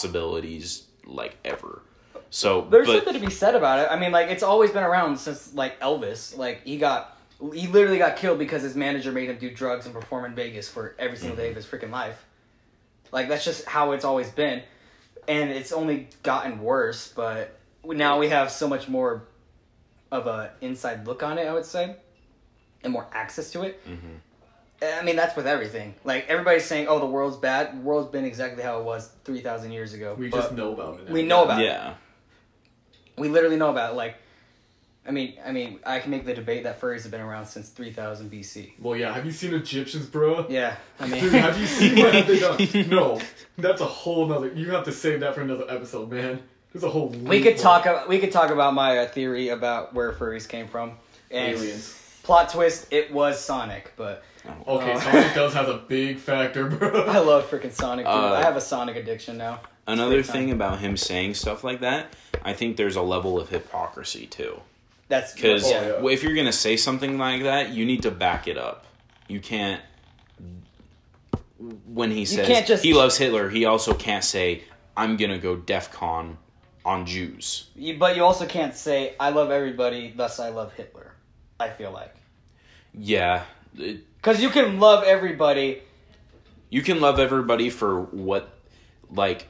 S1: possibilities like ever. So
S6: there's
S1: but,
S6: something to be said about it. I mean, like it's always been around since like Elvis. Like he got he literally got killed because his manager made him do drugs and perform in Vegas for every single day of his freaking life. Like that's just how it's always been, and it's only gotten worse. But now we have so much more of a inside look on it. I would say, and more access to it. I mean, that's with everything. Like everybody's saying, "Oh, the world's bad." The world's been exactly how it was three thousand years ago.
S7: We
S6: but
S7: just know about it. now.
S6: we know about it
S1: yeah,
S6: we literally know about it. like i mean i mean i can make the debate that furries have been around since 3000 bc
S7: Well, yeah. Have you seen Egyptians, bro?
S6: yeah i
S7: Dude,
S6: mean
S7: have you seen what have they done? No, that's a whole nother. You have to save that for another episode, man. There's a whole.
S6: we could
S7: loophole.
S6: talk about we could talk about my uh, theory about where furries came from and
S7: aliens.
S6: plot twist it was sonic but
S7: Okay, Sonic does has a big factor, bro.
S6: Uh, I love freaking Sonic. Dude.
S1: Uh,
S6: I have a Sonic addiction now.
S1: Another
S6: Big time.
S1: thing about him saying stuff like that, I think there's a level of hypocrisy too.
S6: That's
S1: Because
S6: Oh, yeah.
S7: yeah.
S1: if you're gonna say something like that, you need to back it up. You can't. When he says
S6: can't just-
S1: he loves Hitler, he also can't say I'm gonna go DefCon on Jews.
S6: You- but you also can't say I love everybody, thus I love Hitler. I feel like
S1: Yeah, it-
S6: because you can love everybody.
S1: you can love everybody for what, like,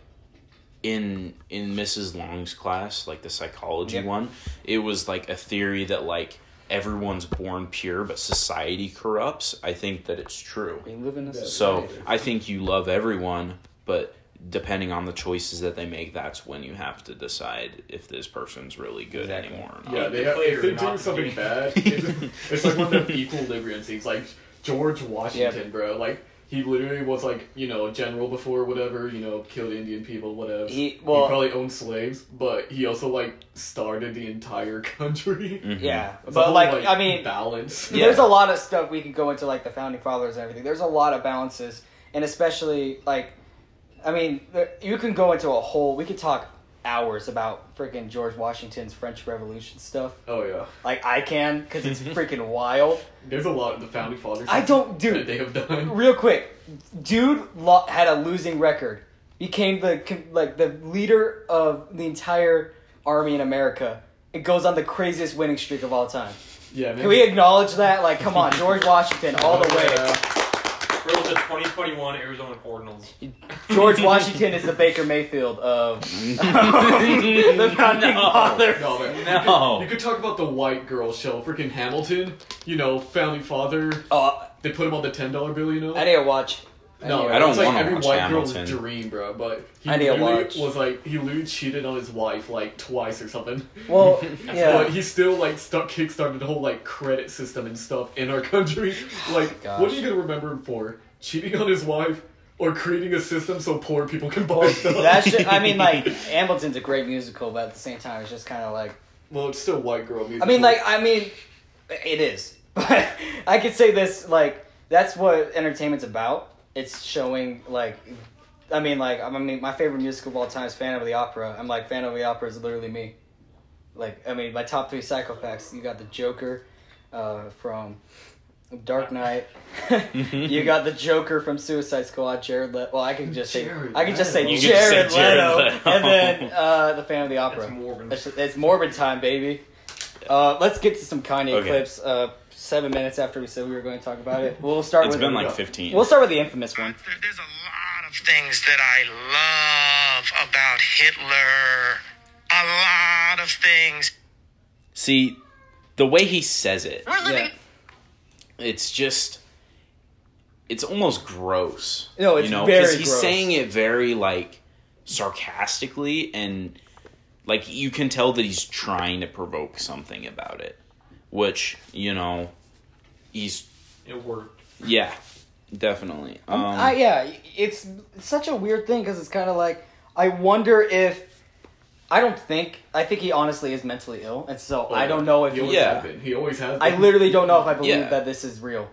S1: in in Mrs. Long's class, like the psychology
S6: Yep.
S1: one, it was like a theory that like everyone's born pure, but society corrupts. I think that it's true.
S6: We live in a society.
S1: So I think you love everyone, but depending on the choices that they make, that's when you have to decide if this person's really good
S6: Exactly.
S1: anymore. Or not.
S7: Yeah, they
S5: the
S7: have, if
S5: player,
S7: they're
S5: not
S7: doing
S5: the
S7: something
S5: game.
S7: bad, it's, it's like one of the equilibrium things, like George Washington, bro. Like he literally was like you know a general before whatever, you know, killed Indian people, whatever.
S6: He- well-
S7: probably owned slaves, but he also like started the entire country.
S6: Yeah,
S7: It's a
S6: Mm. but
S7: whole,
S6: like, I mean,
S7: balance.
S1: Yeah.
S6: there's a lot of stuff we could go into, like the founding fathers and everything. There's a lot of balances, and especially like, I mean, there, you can go into a whole. We could talk hours about freaking George Washington's French Revolution stuff.
S7: Oh yeah,
S6: Like I can, because it's freaking wild.
S7: there's a lot of the founding fathers.
S6: I
S7: that
S6: don't, dude.
S7: they have done.
S6: real quick, dude lo- had a losing record. Became the com- like the leader of the entire army in America. It goes on the craziest winning streak of all time.
S7: Yeah, man.
S6: Can we acknowledge that? Like, come on, George Washington, all the way.
S7: Yeah.
S5: We're with the 2021 Arizona Cardinals.
S6: George Washington is the Baker Mayfield of the founding father.
S7: No, man.
S1: No.
S7: You could talk about the white girl show, freaking Hamilton. You know, founding father.
S6: Oh,
S7: They put him on the ten dollar bill. You know.
S6: I need to watch.
S7: No,
S6: Anyway.
S1: I don't
S7: it's like
S1: wanna
S7: every
S1: watch
S7: white girl's
S1: Hamilton.
S7: dream, bro. But he
S6: I need to
S7: literally
S6: watch.
S7: was like he literally cheated on his wife like twice or something.
S6: Well, yeah.
S7: But he still like stuck kickstarted the whole like credit system and stuff in our country.
S6: Oh
S7: Like, what are you gonna remember him for? Cheating on his wife or creating a system so poor people can buy stuff?
S6: That shit, I mean, like, Hamilton's a great musical, but at the same time, it's just kind of like.
S7: well, it's still white girl music.
S6: I mean, like, I mean, it is. But I could say this, like, that's what entertainment's about. It's showing, like, I mean, like, I mean, my favorite musical of all time is Phantom of the Opera. I'm like, Phantom of the Opera is literally me. Like, I mean, my top three psychopaths. You got the Joker uh, from
S1: Uh.
S6: Dark Knight. you got the Joker from Suicide Squad, Jared Leto. Well, I could just say,
S7: Jared
S6: I could just say
S7: Leto.
S1: You could just say
S6: Jared,
S1: Jared
S6: Leto,
S1: Leto.
S6: and then uh, the Phantom of the Opera.
S5: That's morbid.
S6: It's, it's morbid time, baby. Uh, let's get to some Kanye
S1: Okay.
S6: clips. Uh, seven minutes after we said we were going to talk about it, we'll start
S1: It's
S6: with.
S1: been like 15.
S6: We'll start with the infamous one.
S9: There- there's a lot of things that I love about Hitler. A lot of things.
S1: See, the way he says it,
S8: We're living
S6: Yeah.
S1: it's just, it's almost gross.
S6: No, it's very
S1: he's
S6: gross.
S1: saying it very like sarcastically, and like you can tell that he's trying to provoke something about it, which you know, he's
S5: It worked.
S1: yeah, definitely. Um,
S6: I, yeah, it's such a weird thing because it's kind of like I wonder if I don't think I think he honestly is mentally ill, and so I don't know if
S7: he always
S1: Yeah.
S7: has been. He always has.
S6: I
S7: been.
S6: literally don't know if I believe
S1: Yeah.
S6: that this is real.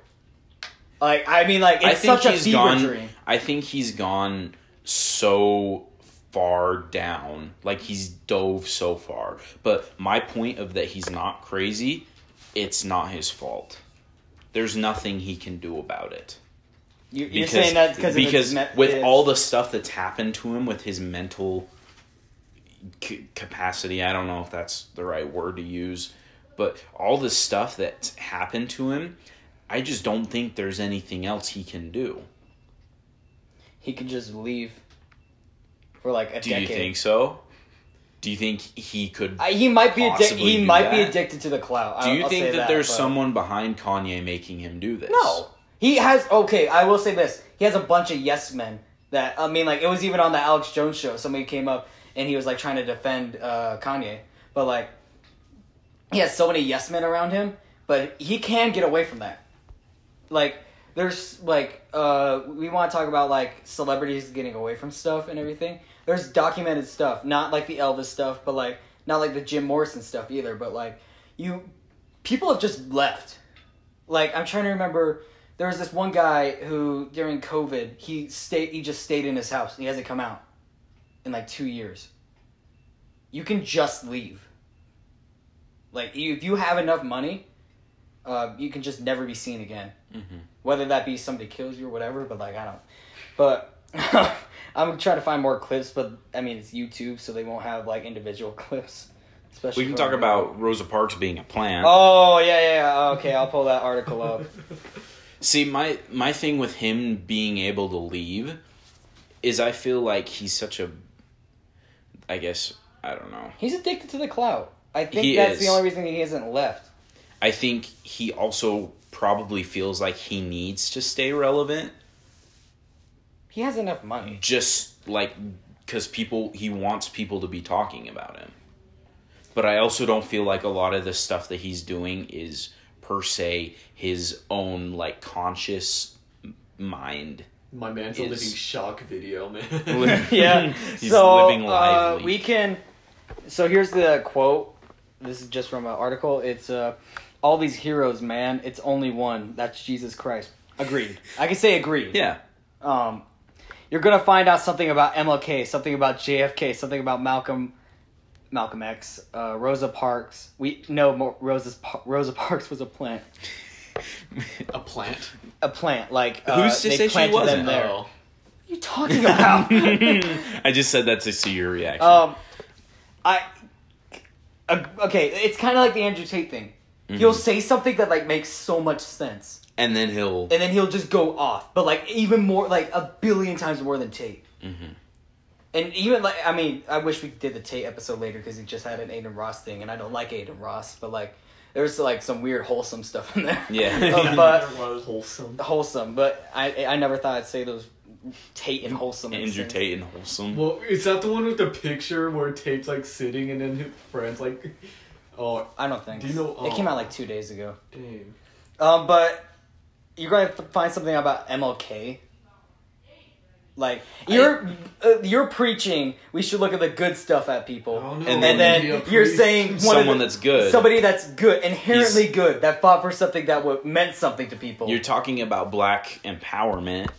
S6: Like I mean, like
S1: I
S6: it's
S1: think
S6: such a
S1: he's
S6: fever
S1: gone.
S6: dream.
S1: I think he's gone so far down, like he's dove so far. But my point of that he's not crazy, it's not his fault. There's nothing he can do about it.
S6: You, you're saying that because
S1: because
S6: of his me-
S1: with
S6: his-
S1: all the stuff that's happened to him with his mental c- capacity, I don't know if that's the right word to use, but all the stuff that's happened to him, I just don't think there's anything else he can do.
S6: he could just leave for like a
S1: Do
S6: decade.
S1: you think so? Do you think he could?
S6: I, he might be addic-
S1: possibly
S6: he
S1: do
S6: might be
S1: that?
S6: addicted to the clout.
S1: do
S6: I'll-
S1: you
S6: I'll
S1: think
S6: say
S1: that, there's
S6: but-
S1: someone behind Kanye making him do this?
S6: No, he has. Okay, I will say this: he has a bunch of yes men. That I mean, like it was even on the Alex Jones show. Somebody came up and he was like trying to defend uh, Kanye, but like he has so many yes men around him. But he can get away from that. Like there's like uh, we want to talk about like celebrities getting away from stuff and everything. There's documented stuff, not like the Elvis stuff, but like not like the Jim Morrison stuff either. But like you, people have just left like I'm trying to remember There was this one guy who during COVID he stayed he just stayed in his house and he hasn't come out in like two years. You can just leave. Like you, if you have enough money, uh, you can just never be seen again.
S1: Mm-hmm.
S6: Whether that be somebody kills you or whatever, but like I don't. But I'm trying to find more clips, but I mean it's YouTube, so they won't have like individual clips. Especially
S1: We can
S6: for-
S1: talk about Rosa Parks being a plant.
S6: Oh yeah, yeah, yeah. Okay, I'll pull that article up.
S1: See, my my thing with him being able to leave is I feel like he's such a I guess I don't know.
S6: He's addicted to the clout. I think
S1: He is.
S6: that's the only reason he hasn't left.
S1: I think he also probably feels like he needs to stay relevant
S6: He has enough money.
S1: just like cuz people he wants people to be talking about him. But I also don't feel like a lot of the stuff that he's doing is per se his own like conscious m- mind.
S7: My man's a
S1: Is-
S7: living shock video, man.
S6: Yeah.
S1: He's
S6: so
S1: living
S6: uh,
S1: lively.
S6: we can. So here's the quote. This is just from an article. It's uh, all these heroes, man. It's only one. That's Jesus Christ. Agreed. I can say agreed.
S1: Yeah.
S6: Um, you're gonna find out something about MLK, something about JFK, something about Malcolm, Malcolm X, uh, Rosa Parks. We no Mo- Rosa's Pa- Rosa Parks was a plant.
S7: a plant.
S6: a plant. Like uh,
S1: Who's to
S6: they
S1: say she
S6: planted
S1: wasn't?
S6: them there. What
S7: Oh.
S6: are you talking about?
S1: I just said that to see your reaction.
S6: um, I ag- okay. It's kind of like the Andrew Tate thing. He'll say something that like makes so much sense,
S1: and then he'll
S6: and then he'll just go off, but like even more, like a billion times more than Tate.
S1: mm-hmm,
S6: And even like I mean, I wish we did the Tate episode later because he just had an Aiden Ross thing, and I don't like Aiden Ross, but like there's like some weird wholesome stuff in there.
S1: Yeah.
S6: Uh, but
S5: There was.
S7: Wholesome.
S6: wholesome, but I I never thought I'd say those Tate and wholesome. at the
S1: Andrew
S6: same
S1: Tate and wholesome.
S7: Well, is that the one with the picture where Tate's like sitting and then his friends like, oh
S6: I don't think.
S7: Do you know-
S6: It came
S7: oh.
S6: out like two days ago.
S7: damn.
S6: Um, but you're gonna f- find something about MLK. Like you're uh, you're preaching, we should look at the good stuff at people,
S7: Oh, no.
S1: And
S6: and then
S7: Media
S6: you're
S7: priest.
S6: saying one
S1: Someone
S6: of the-
S1: that's good.
S6: somebody that's good, inherently good, that fought for something that w- meant something to people.
S1: You're talking about black empowerment,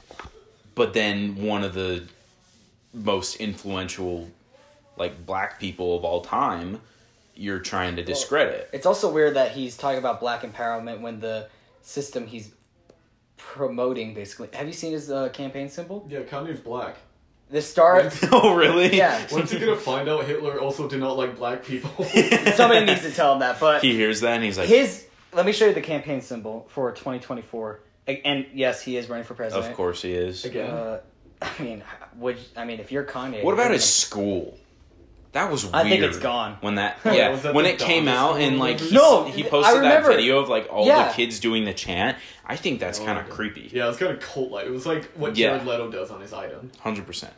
S1: but then one of the most influential, like black people of all time, you're trying to discredit.
S6: it's also weird that he's talking about black empowerment when the system he's promoting basically. Have you seen his uh, campaign symbol?
S7: Yeah, Kanye's black.
S6: The star.
S1: oh, really?
S6: yeah.
S7: When's he gonna find out Hitler also did not like black people?
S6: Somebody needs to tell him that, but
S1: He hears that and he's like,
S6: his let me show you the campaign symbol for 2024 A- and yes he is running for president
S1: "Of course he is."
S7: Again.
S6: uh, i mean would i mean if you're kanye
S1: What about
S6: you're
S1: his school? That was weird.
S6: I think it's gone.
S1: When that,
S7: yeah,
S1: yeah,
S7: was that
S1: when
S7: the
S1: it came
S7: dumbest
S1: out
S7: one
S1: and
S7: I've
S1: like
S7: ever
S1: he,
S6: No,
S1: he
S6: I
S1: posted that
S6: remember.
S1: video of like all
S6: Yeah. Oh,
S1: the kids doing the chant. I think that's kind of creepy.
S7: Yeah, it's kind of cult like. It was like what
S1: Yeah.
S7: Jared Leto does on his item.
S1: Hundred percent.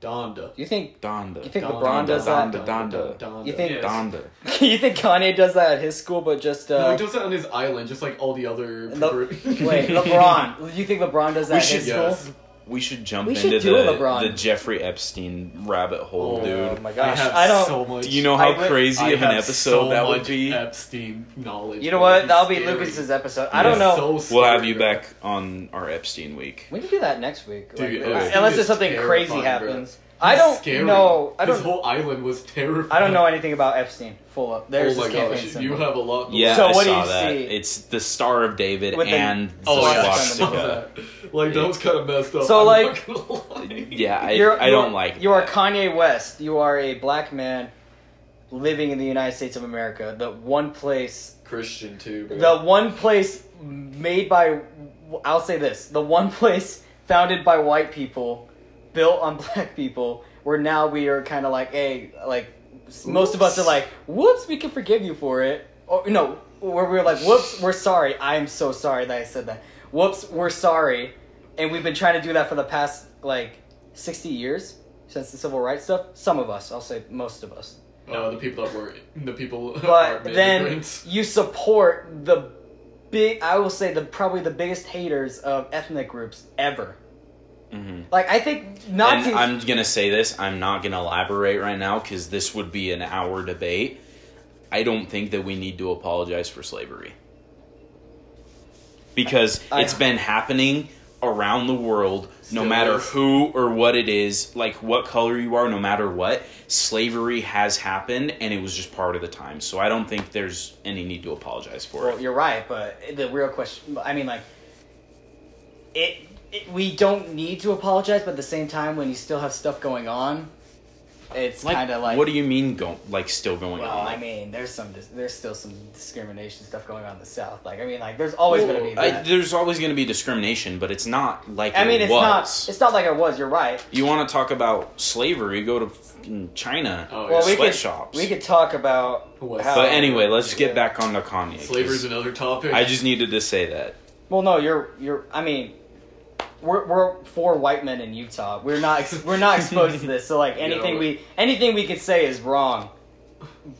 S7: Donda.
S6: gonna- you think
S1: Donda.
S6: you think
S7: Donda,
S6: lebron does
S1: Donda,
S6: that
S1: Donda,
S7: Donda.
S6: You think-
S7: Yeah.
S1: Donda.
S6: you think kanye does that at his school but just
S7: No,
S6: uh
S7: he does that on his island, just like all the other.
S6: Le-
S7: pervert-
S6: wait lebron you think lebron does that at
S1: should-
S6: his
S7: Yes.
S6: school
S1: We should jump
S6: We should
S1: into
S6: do a
S1: the,
S6: LeBron.
S1: the Jeffrey Epstein rabbit hole,
S7: Oh,
S6: oh
S1: dude.
S6: my
S7: I
S6: gosh
S7: have
S6: i, don't
S7: So much,
S1: Do you know how
S6: I would-
S1: crazy
S7: I
S1: of an
S7: have
S1: episode
S7: so
S1: that would
S7: much
S1: be?
S7: Epstein knowledge.
S6: you know
S7: bro.
S6: what
S7: He's
S6: that'll be
S7: scary.
S6: lucas's episode i
S7: He's
S6: don't know
S7: so
S1: we'll
S7: scary,
S1: have you
S7: bro.
S1: back on our Epstein week.
S6: we can do that next week like,
S7: Dude,
S6: unless
S7: Epstein
S6: unless
S7: is
S6: there's something
S7: terrifying,
S6: crazy
S7: bro.
S6: happens
S7: He's
S6: i don't
S7: scary.
S6: know i
S7: His
S6: don't
S7: whole island was terrifying.
S6: i don't know anything about epstein full up
S7: Oh
S6: there's
S7: my
S6: his campaign
S7: gosh,
S6: symbol.
S7: you have a lot.
S1: Yeah,
S6: So
S1: I
S6: what do
S1: saw
S6: you
S1: that.
S6: see?
S1: It's the Star of David
S6: With the-
S1: and the
S7: Oh, yeah.
S1: swastika.
S7: Like that was kind of messed up.
S6: So,
S7: I'm
S6: like-
S7: not gonna lie.
S1: Yeah, I,
S6: You're-
S1: I
S6: you're-
S1: don't like.
S6: You are
S1: that.
S6: Kanye West. You are a black man living in the United States of America. The one place,
S7: Christian too. Bro.
S6: the one place made by, I'll say this, the one place founded by white people, built on black people, where now we are kind of like, hey, like, most of us are like, whoops, we can forgive you for it. Or, no, where we were like, whoops, we're sorry. I am so sorry that I said that. Whoops, we're sorry. And we've been trying to do that for the past, like, 60 years since the civil rights stuff. Some of us, I'll say most of us.
S7: no, the people that were the people.
S6: But
S7: are
S6: then
S7: immigrants.
S6: you support the big, I will say, the probably the biggest haters of ethnic groups ever. Like, I think Nazis.
S1: Mm-hmm. and I'm gonna say this. I'm not gonna elaborate right now because this would be an hour debate. I don't think that we need to apologize for slavery. because it's been happening around the world no matter who or what it is like what color you are no matter what slavery has happened and it was just part of the time so i don't think there's any need to apologize for
S6: Well,
S1: it
S6: you're right, but the real question, I mean, like, it, it. We don't need to apologize, but at the same time, when you still have stuff going on, it's
S1: like,
S6: kind of like.
S1: what do you mean go like still going
S6: Well,
S1: on
S6: I mean, there's some, dis- there's still some discrimination stuff going on in the South. Like, I mean, like, there's always going to be
S1: I,
S6: that.
S1: there's always going to be discrimination but it's not like
S6: I mean,
S1: it
S6: it's
S1: was.
S6: not, it's not like it was. You're right.
S1: you want to talk about slavery go to fucking china
S7: Oh,
S6: Well, we
S1: sweatshops
S6: could, we could talk about.
S7: What's-
S6: how-
S1: but anyway let's just get
S6: Yeah.
S1: back onto kanye 'cause
S7: Slavery's another topic.
S1: i just needed to say that
S6: Well, no, you're you're. I mean, we're we're four white men in Utah. We're not ex- we're not exposed to this. So like anything
S7: Yeah.
S6: we anything we could say is wrong.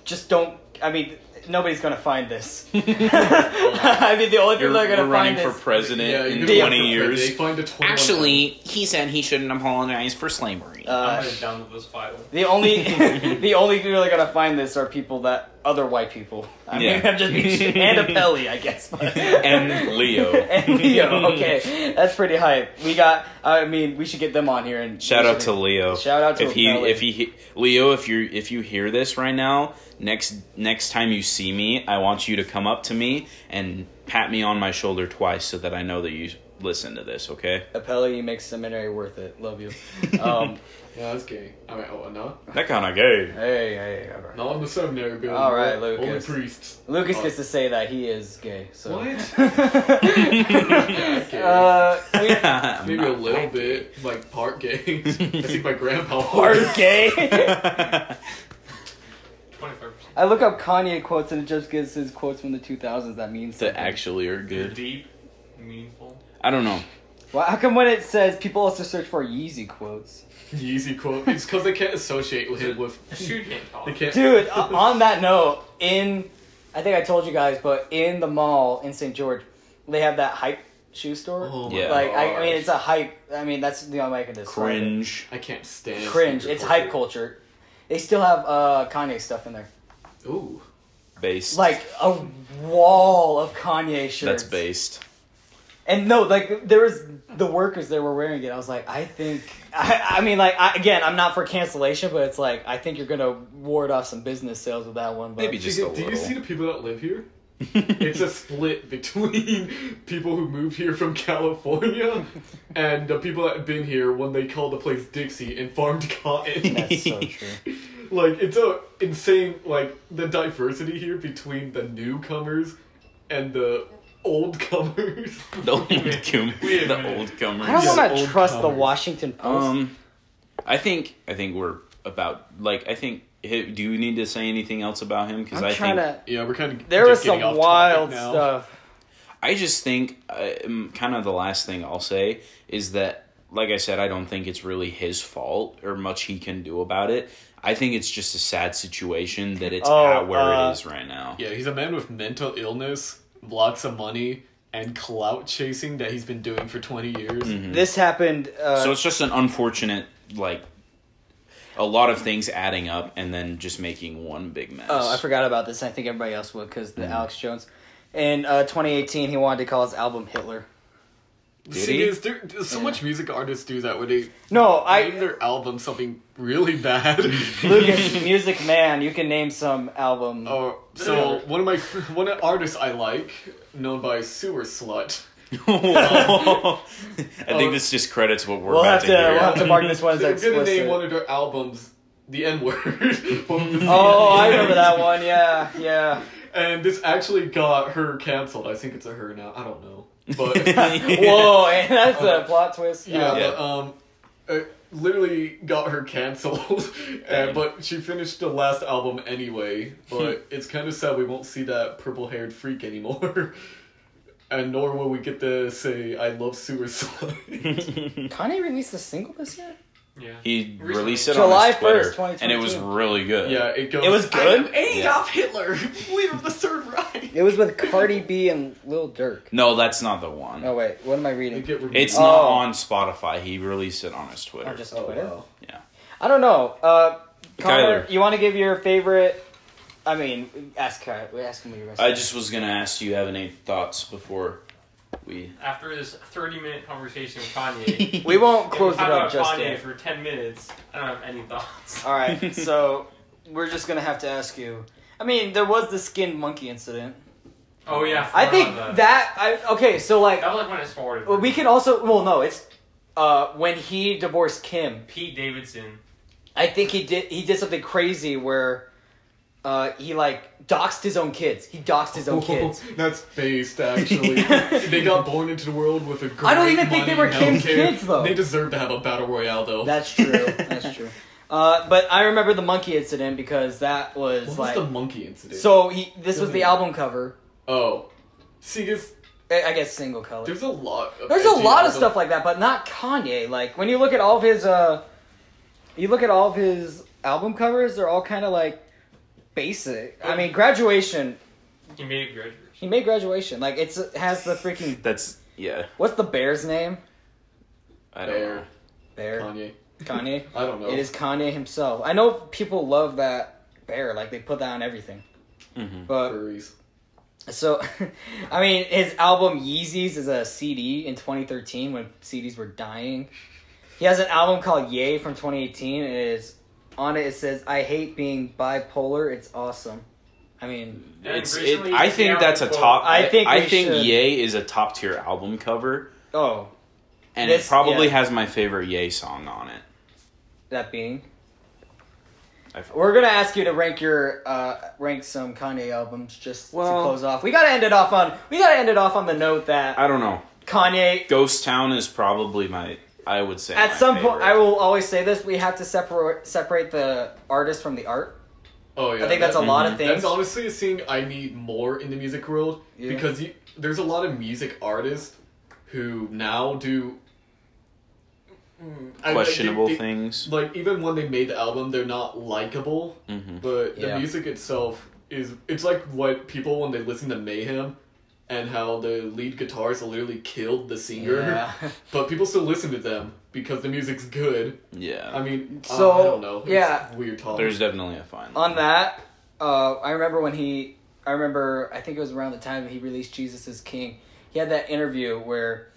S6: Just don't. I mean, nobody's gonna find this. I mean, the only
S1: you're,
S6: people that are
S1: we're
S6: gonna
S1: running
S6: find
S1: for
S6: this.
S1: president
S7: yeah,
S1: in
S7: you're gonna
S1: 20
S7: look for- They
S1: years
S7: find a 21
S1: Actually, he said he shouldn't apologize for slavery.
S5: I'm
S6: uh,
S5: gonna download this file.
S6: the only the only people that are gonna find this are people that other white people. I mean,
S1: Yeah.
S6: I'm just being, and a Pelly, I guess. but-
S1: and Leo.
S6: and Leo. Okay, that's pretty hype. We got. I mean, we should get them on here and
S1: Shout
S6: we
S1: out
S6: should-
S1: to Leo.
S6: Shout out to
S1: if he
S6: Leo.
S1: if he he- Leo if you if you hear this right now next next time you see me I want you to come up to me and pat me on my shoulder twice so that I know that you listen to this. Okay,
S6: Apelli, you make seminary worth it. Love you. Um,
S7: Yeah, that's gay. All right, oh, no.
S1: that kind of gay.
S6: hey, hey, all right.
S7: Not on the seminary building.
S6: All right,
S7: bro.
S6: Lucas.
S7: Only priests.
S6: Lucas
S7: Oh,
S6: gets to say that he is gay. So.
S7: What?
S6: uh, we
S1: I'm
S7: Maybe a
S1: not
S7: little
S1: black.
S7: bit, like part gay. I think my grandpa
S6: are gay.
S5: Twenty-five percent.
S6: I look up Kanye quotes and it just gives his quotes from the 2000s. That means
S1: that
S6: something.
S1: actually are
S5: They're
S1: good.
S5: deep, meaningful.
S1: I don't know.
S6: Well, how come when it says people also search for Yeezy quotes?
S7: Yeezy quote. It's because they can't associate with him with.
S5: Shoot, can't talk.
S7: They can't.
S6: Dude, uh, o- on that note, in I think I told you guys, but in the mall in St. George, they have that hype shoe store.
S7: Oh my
S1: Yeah.
S6: Like I, I mean,
S7: gosh.
S6: it's a hype. I mean, that's the only way I can describe it.
S1: Cringe.
S7: I can't stand.
S6: cringe.
S7: sneaker
S6: It's hype culture. They still have uh, Kanye stuff in there,
S7: Ooh,
S1: Based.
S6: like a wall of Kanye shirts.
S1: that's based.
S6: And no, like there was the workers there were wearing it. I was like, I think. I, I mean, like I, again, I'm not for cancellation, but it's like I think you're gonna ward off some business sales with that one. But
S1: Maybe just a
S7: do
S1: little.
S7: you see the people that live here? it's a split between people who moved here from California and the people that have been here when they called the place Dixie and farmed cotton.
S6: that's so true.
S7: like it's a insane like the diversity here between the newcomers and the old comers.
S1: The old cum-
S5: Wait a
S1: the
S5: minute.
S1: old comers.
S6: I don't
S7: Yeah.
S6: want to
S7: Old
S6: trust the
S7: covers.
S6: Washington Post.
S1: Um, I think I think we're about like I think. hi- Do we need to say anything else about him? Because
S6: I'm
S1: I
S6: trying
S1: think
S6: to.
S7: Yeah, we're kind of
S6: There was some wild stuff.
S1: I just think uh, kind of the last thing I'll say is that like I said, I don't think it's really his fault or much he can do about it. I think it's just a sad situation that it's
S6: Oh,
S1: at where
S6: uh,
S1: it is right now.
S7: Yeah, he's a man with mental illness, lots of money, and clout chasing that he's been doing for twenty years.
S1: Mm-hmm.
S6: This happened. Uh,
S1: Hmm. So it's just an unfortunate like a lot of things adding up and then just making one big mess.
S6: Oh, I forgot about this. I think everybody else would because
S1: Hmm.
S6: the Alex Jones. In uh, 2018, he wanted to call his album Hitler.
S7: The
S1: Did
S7: thing
S1: he?
S7: is, there, there's so much music artists do that where they
S6: No,
S7: name
S6: I
S7: their album something really bad.
S6: Lucas Music Man. You can name some album.
S1: Oh,
S7: Uh, so one of my one artist I like, known by Sewer Slut.
S1: I think this just credits what we're
S6: we'll
S1: about
S6: have
S1: to,
S6: to
S1: hear.
S6: we'll have to mark this one as
S7: They're gonna name
S6: explicit.
S7: one of their albums the N word.
S6: Oh, I remember that one. Yeah, yeah.
S7: And this actually got her canceled. I think it's a her now. I don't know, but
S6: Whoa, and that's a plot twist.
S7: yeah,
S1: Yeah.
S7: But, um, it literally got her canceled. and, but she finished the last album anyway. But it's kind of sad we won't see that purple haired freak anymore. And nor will we get to say I love suicide.
S6: Kanye released a single this year.
S5: Yeah.
S1: He released it
S6: July
S1: on his Twitter,
S6: 1st,
S1: and it was
S6: 2022.
S1: really good.
S7: yeah, it goes.
S6: It was good?
S7: I am Adolf Hitler, leader of the Third Reich.
S6: It was with Cardi B and Lil Durk.
S1: No, that's not the one.
S6: Oh wait, what am I
S7: They
S6: reading?
S7: get removed.
S1: It's not
S6: Oh.
S1: on Spotify. He released it on his Twitter.
S6: Oh, just
S7: Oh,
S6: Twitter.
S7: wow.
S1: yeah.
S6: I don't know. Uh, Connor,
S1: Kyler.
S6: you want to give your favorite? I mean, ask Kyler. Ask him what your best.
S1: I just was gonna ask, do you have any thoughts before We
S5: After this 30 minute conversation with Kanye,
S6: We won't close
S5: if we
S6: it
S5: talk
S6: up
S5: about
S6: just
S5: Kanye
S6: yet.
S5: for 10 minutes. I don't have any thoughts.
S6: All right, so we're just gonna have to ask you. I mean, there was the skinned monkey incident.
S5: Oh, yeah.
S6: I think
S5: forgot about
S6: that I okay. So like,
S5: That was like when it started.
S6: well, we can also well no, it's uh when he divorced Kim.
S5: Pete Davidson.
S6: I think he did he did something crazy where uh he like doxed his own kids. He doxed his own kids.
S7: That's based, actually. they got born into the world with a great
S6: I don't even think they
S7: money
S6: were Kim's
S7: healthcare.
S6: kids, though.
S7: They deserve to have a battle royale, though.
S6: That's true. That's true. Uh, but I remember the monkey incident because that
S7: what
S6: was
S7: was
S6: like
S7: the monkey incident?
S6: so he this was the album cover.
S7: oh, see, there's,
S6: I I guess single color.
S7: there's a lot. Of
S6: There's a
S7: edgy
S6: lot of
S7: album-
S6: stuff like that, but not Kanye. Like when you look at all of his, uh you look at all of his album covers, they're all kind of like basic. I mean, graduation.
S5: He made a graduation.
S6: He made graduation. Like it's it has the freaking
S1: that's yeah.
S6: what's the bear's name?
S1: I don't know.
S7: Bear,
S6: Bear
S7: Kanye.
S6: Kanye.
S7: I don't know.
S6: It is Kanye himself. I know people love that bear. Like they put that on everything.
S1: Mm-hmm.
S6: But
S7: Furries.
S6: so, I mean, his album Yeezys is a CD in 2013 when CDs were dying. He has an album called Yay from 2018. It is on it. It says, "I hate being bipolar. It's awesome." I mean,
S5: And
S1: It's it,
S5: recently
S1: I
S5: he came
S1: think
S5: out
S1: that's a
S5: with,
S1: top.
S5: well,
S1: I
S6: I
S1: think
S6: think
S1: I
S6: we
S1: think
S6: should-
S1: Yay is a top tier album cover,
S6: oh,
S1: and it
S6: This-
S1: probably
S6: yeah.
S1: has my favorite Yay song on it.
S6: that being,
S1: I
S6: we're gonna ask you to rank your uh rank some Kanye albums just
S1: Well-
S6: to close off. We gotta end it off on we gotta end it off on the note that
S1: I don't know.
S6: Kanye
S1: Ghost Town is probably my. I would say my
S6: At some point,
S1: favorite.
S6: I will always say this: we have to separate separate the artist from the art.
S7: Oh yeah.
S6: I think that's a
S7: that-
S6: lot of things.
S7: That's honestly a thing I need more in the music world
S6: Yeah.
S7: because you, there's a lot of music artists who now do Mm, I- I- they-
S1: questionable
S7: they-
S1: things.
S7: Like even when they made the album, they're not likable, but the
S6: Yeah.
S7: music itself is. It's like what people when they listen to Mayhem. And how the lead guitarist literally killed the singer,
S6: Yeah.
S7: but people still listen to them because the music's good.
S1: Yeah,
S7: I mean,
S6: So,
S7: I don't know. It's
S6: yeah.
S7: weird talk.
S1: there's definitely a fine.
S6: On that, uh, I remember when he, I remember, I think it was around the time he released Jesus is King. He had that interview where,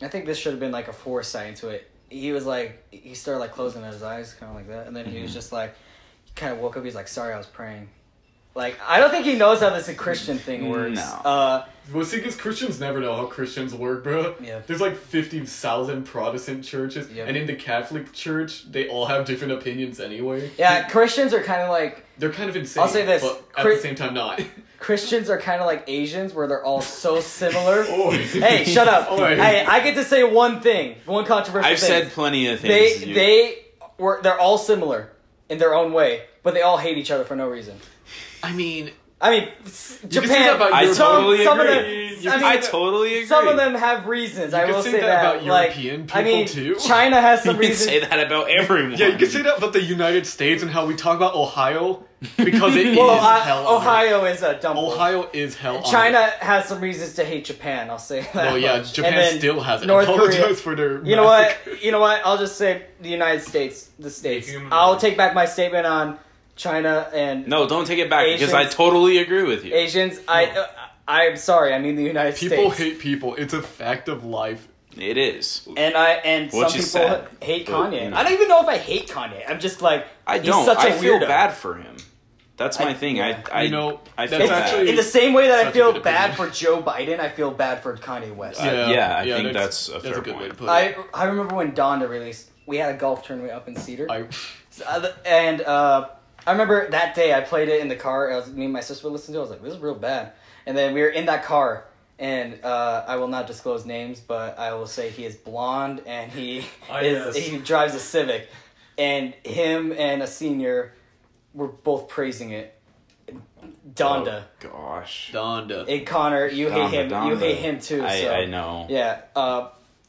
S6: I think this should have been like a foresight into it. He was like, he started like closing his eyes, kind of like that, and then he
S1: Mm-hmm.
S6: was just like, he kind of woke up. He's like, "Sorry, I was praying." Like, I don't think he knows how this Christian thing works.
S1: No.
S6: Uh,
S7: Well, see, because Christians never know how Christians work, bro.
S6: Yeah.
S7: There's like 50,000 Protestant churches,
S6: Yep.
S7: and in the Catholic Church, they all have different opinions anyway.
S6: yeah, Christians are kind of like
S7: They're kind of insane.
S6: I'll say this,
S7: But at
S6: Chri-
S7: the same time, not.
S6: Christians are kind of like Asians, where they're all so similar.
S1: Oh.
S7: Oi.
S6: hey, shut up!
S7: Oi.
S6: Hey, I get to say one thing, one controversial
S1: I've
S6: thing.
S1: said plenty of things.
S6: they
S1: you-
S6: they were they're all similar in their own way, but they all hate each other for no reason.
S7: I mean,
S6: I mean, s-
S7: can say that
S6: Japan.
S7: about
S1: I
S7: Europe-
S1: totally
S6: some of
S1: agree.
S6: them- I mean,
S1: I totally agree.
S6: Some of them have reasons. I
S7: can
S6: will
S7: say
S6: say,
S7: that
S6: that.
S7: about
S6: like,
S7: European
S6: I mean,
S7: people, too.
S6: China has
S1: You
S6: some
S1: can say
S6: reasons.
S1: that about everyone.
S7: Yeah, you
S6: um,
S7: can say that about the United States and how we talk about Ohio because it is
S6: Well, I-
S7: hell. on earth.
S6: Ohio is a dumb.
S7: Ohio is hell. on
S6: China
S7: earth.
S6: has some reasons to hate Japan. I'll say that.
S7: Well, yeah,
S6: much. And
S7: Japan
S6: then
S7: still has it.
S6: North
S7: Apologize
S6: Korea.
S7: for their.
S6: You know what?
S7: massacre.
S6: You know what? I'll just say the United States. The states.
S5: human
S6: I'll
S5: rights.
S6: take back my statement on China and
S1: No, don't take it back because I
S6: Asians-
S1: totally agree with you.
S6: Asians. I, uh, I I'm sorry. I mean the United
S7: People
S6: States.
S7: hate people. It's a fact of life.
S1: It is.
S6: and I and some
S1: Which
S6: people
S1: is sad,
S6: hate
S1: but,
S6: Kanye.
S1: you know.
S6: I don't even know if I hate Kanye. I'm just like
S1: I
S6: he's
S1: don't.
S6: Such a
S1: I feel
S6: weirdo.
S1: bad for him. That's my
S6: I-
S1: thing.
S6: yeah.
S1: I, I
S7: You know,
S1: I feel
S7: that's
S1: bad.
S7: actually-
S6: In the same way that
S7: Such
S6: I
S7: a
S6: feel
S7: good
S6: bad for
S7: opinion.
S6: Joe Biden, I feel bad for Kanye West.
S1: Uh, yeah, I think that's a fair
S7: good way
S1: point.
S7: to put
S6: I
S7: it.
S6: I remember when Donda released. We had a golf tournament up in Cedar.
S7: I
S6: Uh, th- and uh, I remember that day I played it in the car. I was, me and my sister would listen to it. I was like, this is real bad. And then we were in that car. And uh, I will not disclose names, but I will say he is blonde and he
S5: Ah,
S6: is
S5: yes.
S6: he drives a Civic. And him and a senior were both praising it. Donda.
S1: Oh, gosh.
S7: Donda.
S6: And Connor, you
S1: Donda,
S6: hate him. You
S1: Donda.
S6: hate him too.
S1: I,
S6: so.
S1: I know.
S6: Yeah. Uh,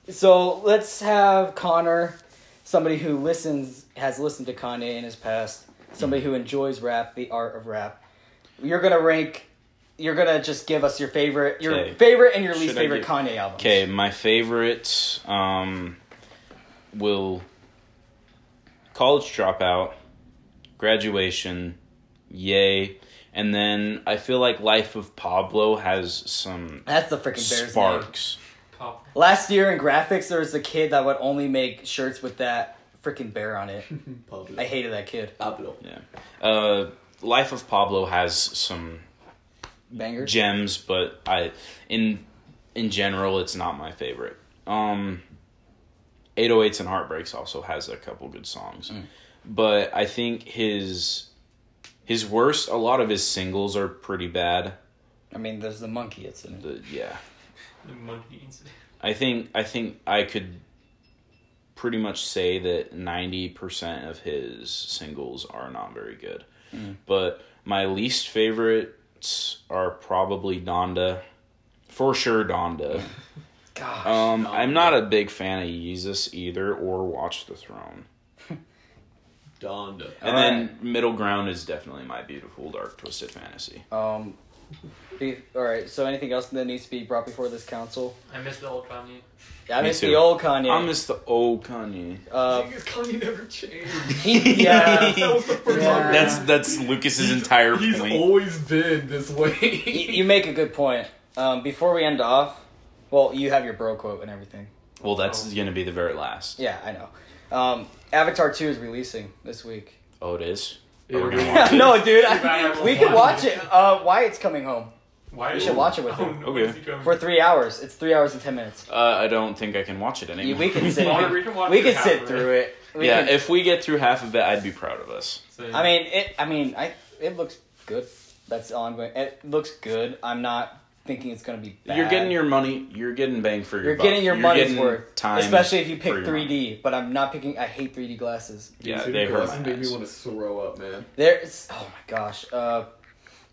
S6: so let's have Connor, somebody who listens, has listened to Kanye in his past, somebody who enjoys rap, the art of rap. You're gonna rank. You're gonna just give us your favorite, your
S1: Okay.
S6: favorite and your least
S1: Should I
S6: favorite
S1: do-
S6: Kanye album.
S1: Okay, my favorite um, will college dropout, graduation, yay, and then I feel like Life of Pablo has some
S6: That's the freaking Bears. Name.
S1: sparks.
S5: Pop.
S6: Last year in graphics, there was a kid that would only make shirts with that freaking bear on it.
S7: Pablo.
S6: I hated that kid.
S7: Pablo.
S1: Yeah, uh, Life of Pablo has some
S6: Banger.
S1: gems, but I in in general it's not my favorite. Um 808s and Heartbreaks also has a couple good songs. But I think his his worst a lot of his singles are pretty bad.
S6: I mean, there's the monkey incident.
S1: The- yeah.
S5: The monkey incident.
S1: I think I think I could pretty much say that 90% of his singles are not very good.
S7: Mm.
S1: But my least favorites are probably Donda. For sure Donda.
S6: Gosh.
S1: Um, I'm not a big fan of Yeezus either, or Watch the Throne.
S7: Donda.
S1: And
S6: All
S1: then middle ground is definitely my beautiful dark twisted fantasy.
S6: Um. Be, all right. So, anything else that needs to be brought before this council?
S5: I missed the old Kanye.
S6: I
S1: Me
S6: miss
S1: too.
S6: the old Kanye.
S1: I miss the old Kanye.
S6: uh,
S7: Because Kanye never changed.
S6: he, yeah.
S7: that was the first
S6: Yeah.
S7: time.
S1: That's that's Lucas's entire
S7: He's
S1: point.
S7: always been this way.
S6: you, you make a good point. Um, before we end off, well, you have your bro quote and everything.
S1: Well, that's
S7: Oh.
S1: gonna be the very last.
S6: Yeah, I know. Um, Avatar Two is releasing this week.
S1: Oh, it is.
S7: Yeah,
S1: Are we gonna
S7: we-
S1: watch it?
S6: no, dude,
S5: I
S6: I,
S5: will
S6: we can
S5: watch
S6: watch it. Uh, Wyatt's coming home
S5: Why? You
S6: should watch it with him.
S1: Okay.
S6: for three hours. It's three hours and ten minutes.
S1: Uh, I don't think I can watch it
S6: You-
S1: anymore.
S6: We can sit.
S5: Well, we can watch
S6: we
S5: it
S6: can
S5: half
S6: sit
S5: of
S6: through it. We
S1: yeah,
S6: can-
S1: if we get through half of it, I'd be proud of us.
S6: I mean it. I mean, I. It looks good. That's all I'm going. It looks good. I'm not thinking it's going to be. Bad.
S1: You're getting your money. You're getting bang for your.
S6: You're
S1: buck.
S6: getting your money's
S1: getting
S6: worth,
S1: Time,
S6: especially if you
S1: for
S6: pick
S1: your money.
S6: 3D. But I'm not picking. I hate 3D glasses.
S1: Yeah,
S7: Dude,
S1: they hurt
S7: glasses
S1: my
S7: made me
S1: eyes.
S7: want to throw up, man.
S6: There's oh my gosh, uh,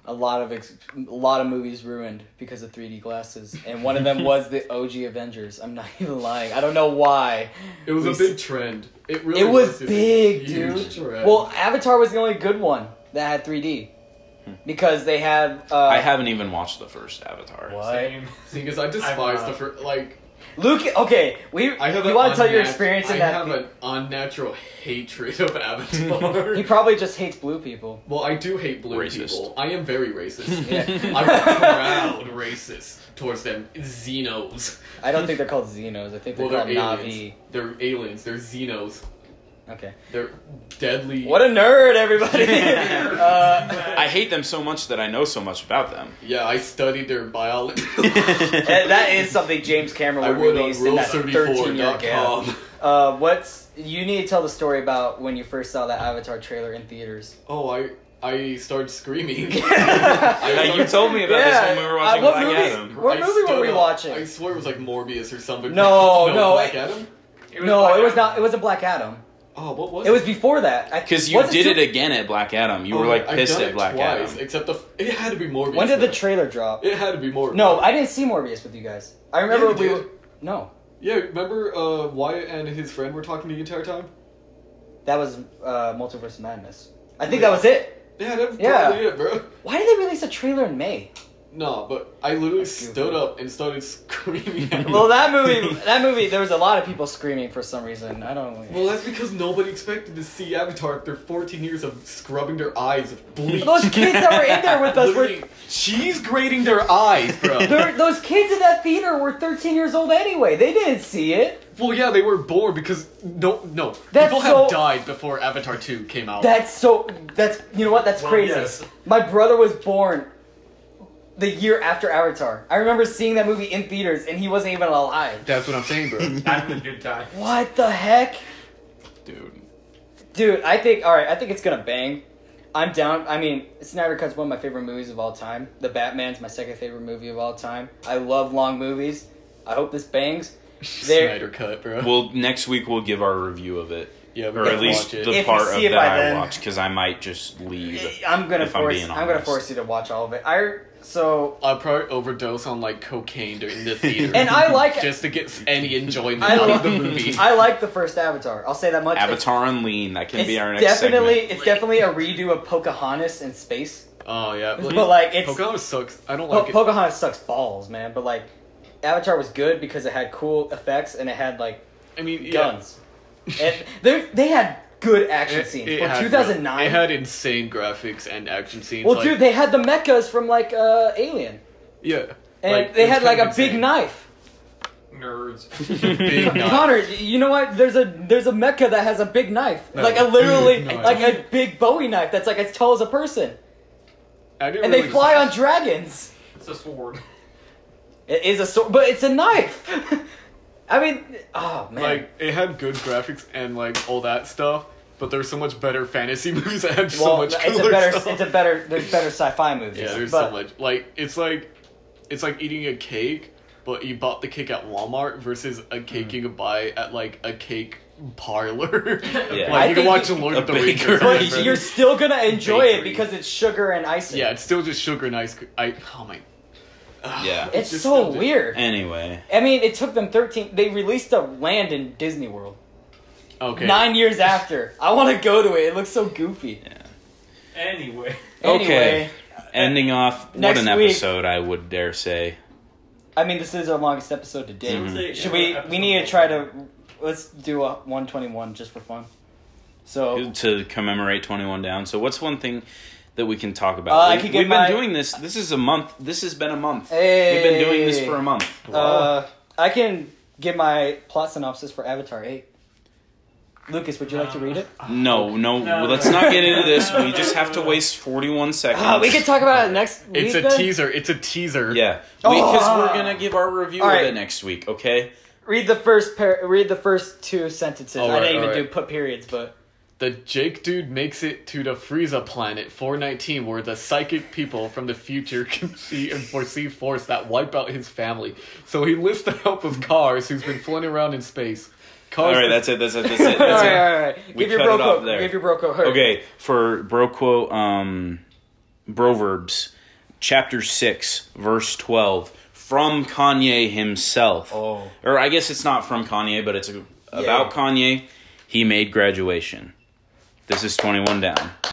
S6: a lot of ex- a lot of movies ruined because of 3D glasses, and one of them was the OG Avengers. I'm not even lying. I don't know why.
S7: It was
S6: We
S7: a big
S6: s-
S7: trend. It really
S6: It was
S7: was a
S6: big,
S7: huge
S6: dude.
S7: Trend.
S6: Well, Avatar was the only good one that had 3D because they had. Uh,
S1: I haven't even watched the first Avatar.
S6: what?
S7: See, because I despise
S5: I'm, uh,
S7: the first, like,
S6: Luke, okay, we.
S7: I have.
S6: you
S7: an
S6: want to tell your
S7: unnat-
S6: experience in
S7: I
S6: that?
S7: have
S6: pe-
S7: an unnatural hatred of Avatar.
S6: he probably just hates blue people.
S7: well, I do hate blue
S1: Racist.
S7: people. I am very racist.
S6: Yeah.
S7: I'm a proud racist towards them Xenos.
S6: I don't think they're called Xenos. I think they're
S7: Well, they're
S6: called
S7: aliens.
S6: Navi.
S7: They're aliens. They're Xenos.
S6: Okay.
S7: They're deadly.
S6: What a nerd, everybody! uh,
S1: I hate them so much that I know so much about them.
S7: Yeah, I studied their biology.
S6: that that is something James
S7: I
S6: Cameron would
S7: would on
S6: release in that 13 year gap.
S7: rule34.com.
S6: Uh, what's you need to tell the story about when you first saw that Avatar trailer in theaters?
S7: Oh, I I started screaming.
S6: I,
S1: Now, you told me about this when we were watching
S6: Uh, what
S1: Black
S6: movie,
S1: Adam.
S6: What
S7: I
S6: movie were
S7: stood
S6: we
S7: up.
S6: watching?
S7: I swear it was like Morbius or something.
S6: No, no,
S7: Black
S6: it-
S7: Adam.
S6: no, it was not. It was a Black Adam.
S7: Oh, what was
S6: It was before that.
S1: Because you did it again at Black Adam. You
S7: Oh,
S1: were like
S7: I've
S1: pissed
S7: done
S1: at
S7: it
S1: Black
S7: twice,
S1: Adam.
S7: Except the f- it had to be Morbius.
S6: When did the
S7: though.
S6: trailer drop?
S7: it had to be Morbius.
S6: No, I didn't see Morbius with you guys. I remember
S7: Yeah, you
S6: we
S7: did.
S6: were no.
S7: Yeah, remember uh, Wyatt and his friend were talking the entire time.
S6: That was uh, Multiverse of Madness. I think that was it.
S7: Yeah, that's
S6: Yeah.
S7: probably it, bro.
S6: Why did they release a trailer in May?
S7: No, but I literally
S6: That's goofy.
S7: stood up and started screaming. At
S6: Well, that movie, that movie, there was a lot of people screaming for some reason. I don't.
S7: Well, that's because nobody expected to see Avatar after 14 years of scrubbing their eyes with bleach.
S6: Those kids that were in there with us were.
S7: Literally, she's grading their eyes, bro.
S6: they're- Those kids in that theater were 13 years old anyway. They didn't see it.
S7: well, yeah, they were born because no, no,
S6: That's
S7: people have
S6: so-
S7: died before Avatar 2 came out.
S6: That's so. That's you know what? That's
S5: Well,
S6: crazy.
S5: yes.
S6: My brother was born the year after Avatar. I remember seeing that movie in theaters, and he wasn't even alive.
S7: That's what I'm saying, bro.
S5: Having a good time.
S6: What the heck,
S1: Dude.
S6: dude? I think all right. I think it's gonna bang. I'm down. I mean, Snyder Cut's one of my favorite movies of all time. The Batman's my second favorite movie of all time. I love long movies. I hope this bangs. There-
S7: Snyder cut, bro.
S1: Well, next week we'll give our review of it.
S7: yeah,
S1: Or at least
S7: watch
S1: the
S6: If you
S1: part of
S6: see it
S1: that
S6: by
S1: I
S6: then.
S1: watch, because I might just leave.
S6: eh, I'm gonna
S1: If I'm
S6: force.
S1: being
S6: I'm, gonna
S1: honest.
S6: force you to watch all of it. I so
S7: I'll probably overdose on like cocaine during the theater,
S6: and I like.
S7: just to get any enjoyment
S6: I
S7: out
S6: love
S7: of the movie.
S6: I like the first Avatar. I'll say that much. It's-
S1: Avatar and Lean. That can
S6: It's
S1: be our next
S6: definitely
S1: segment.
S6: it's definitely a redo of Pocahontas in space.
S7: oh yeah,
S6: But like it's
S7: Pocahontas sucks. I don't
S6: Po-
S7: like it.
S6: Pocahontas sucks balls, man. But like Avatar was good because it had cool effects and it had like
S7: I mean, yeah.
S6: guns. and they they had good action
S7: It-
S6: scenes.
S7: it
S6: But
S7: had-
S6: 2009.
S7: It had insane graphics and action scenes.
S6: well,
S7: like-
S6: dude, they had the mechas from like uh, Alien,
S7: yeah,
S6: and
S7: Like,
S6: they
S7: it's
S6: had like
S7: kind
S6: a
S7: of
S6: big
S7: insane.
S6: knife.
S5: Nerds.
S7: Big knife.
S6: Connor, y- you know what? There's a there's a mecha that has a big knife, like a
S7: big
S6: literally
S7: knife.
S6: like a big Bowie knife that's like as tall as a person,
S7: I didn't
S6: and
S7: really
S6: they fly on dragons.
S5: it's a sword.
S6: It is a sword, but it's a knife. I mean, oh man,
S7: Like it had good graphics and like all that stuff, but there's so much better fantasy movies that had so
S6: well,
S7: much
S6: it's
S7: cooler
S6: a better
S7: stuff.
S6: it's a better there's better sci-fi movies.
S7: yeah, there's
S6: but
S7: so much. Like it's like it's like eating a cake, but you bought the cake at Walmart versus a cake you could buy at like a cake parlor.
S1: Yeah.
S6: I
S7: like you can
S6: think
S7: watch
S6: you-
S7: Lord
S1: a
S7: of the Rings.
S1: baker.
S7: or something,
S6: But
S7: bro.
S6: you're still gonna enjoy it
S7: Bakery.
S6: because it's sugar and icing.
S7: Yeah, it's still just sugar and ice. cre- I oh my.
S1: Yeah.
S6: it's
S7: just
S6: so
S7: still-
S6: weird.
S1: Anyway,
S6: I mean, it took them 13. They released a land in Disney World
S7: Okay.
S6: nine years after. I want to go to it. It looks so goofy.
S5: Anyway.
S6: Anyway,
S1: Okay. ending off. What
S6: Next
S1: an
S6: week.
S1: episode! I would dare say.
S6: I mean, this is our longest episode to date.
S5: Mm-hmm.
S1: Mhm.
S6: Should we? We need to try to. Let's do a 121 just for fun. So
S1: to commemorate 21 down so what's one thing that we can talk about
S6: Uh, I
S1: we,
S6: could
S1: have
S6: get
S1: been
S6: my-
S1: doing this this is a month this has been a month we've
S6: Hey.
S1: been doing this for a month
S6: uh, I can give my plot synopsis for Avatar 8. Lucas, would you like to read it?
S7: Uh,
S1: no no,
S5: No.
S1: let's not get into this we just have to waste 41 seconds
S6: Uh, we can talk about it next week.
S7: It's a
S6: then.
S7: teaser. It's a teaser.
S1: yeah
S6: Oh.
S1: because we're gonna give our review
S6: All right.
S1: of it next week okay
S6: Read the first par- read the first two sentences.
S7: All
S6: I
S7: right,
S6: didn't even
S7: all
S6: do
S7: right.
S6: put periods, but
S7: The Jake dude makes it to the Frieza planet 419, where the psychic people from the future can see and foresee force that wipe out his family. So he lists the help of Cars, who's been floating around in space.
S1: all
S7: Cars
S1: right that's it that's it that's it, that's
S6: all
S1: it.
S6: right, all right, all right.
S1: We
S6: give your
S1: cut
S6: bro
S1: it off
S6: quote.
S1: there.
S6: Give your bro quote. Hurry.
S1: Okay, for bro quote, um, Broverbs, chapter 6, verse 12, from Kanye himself.
S6: Oh.
S1: Or I guess it's not from Kanye, but it's a, about Kanye. He made graduation. This is 21 down.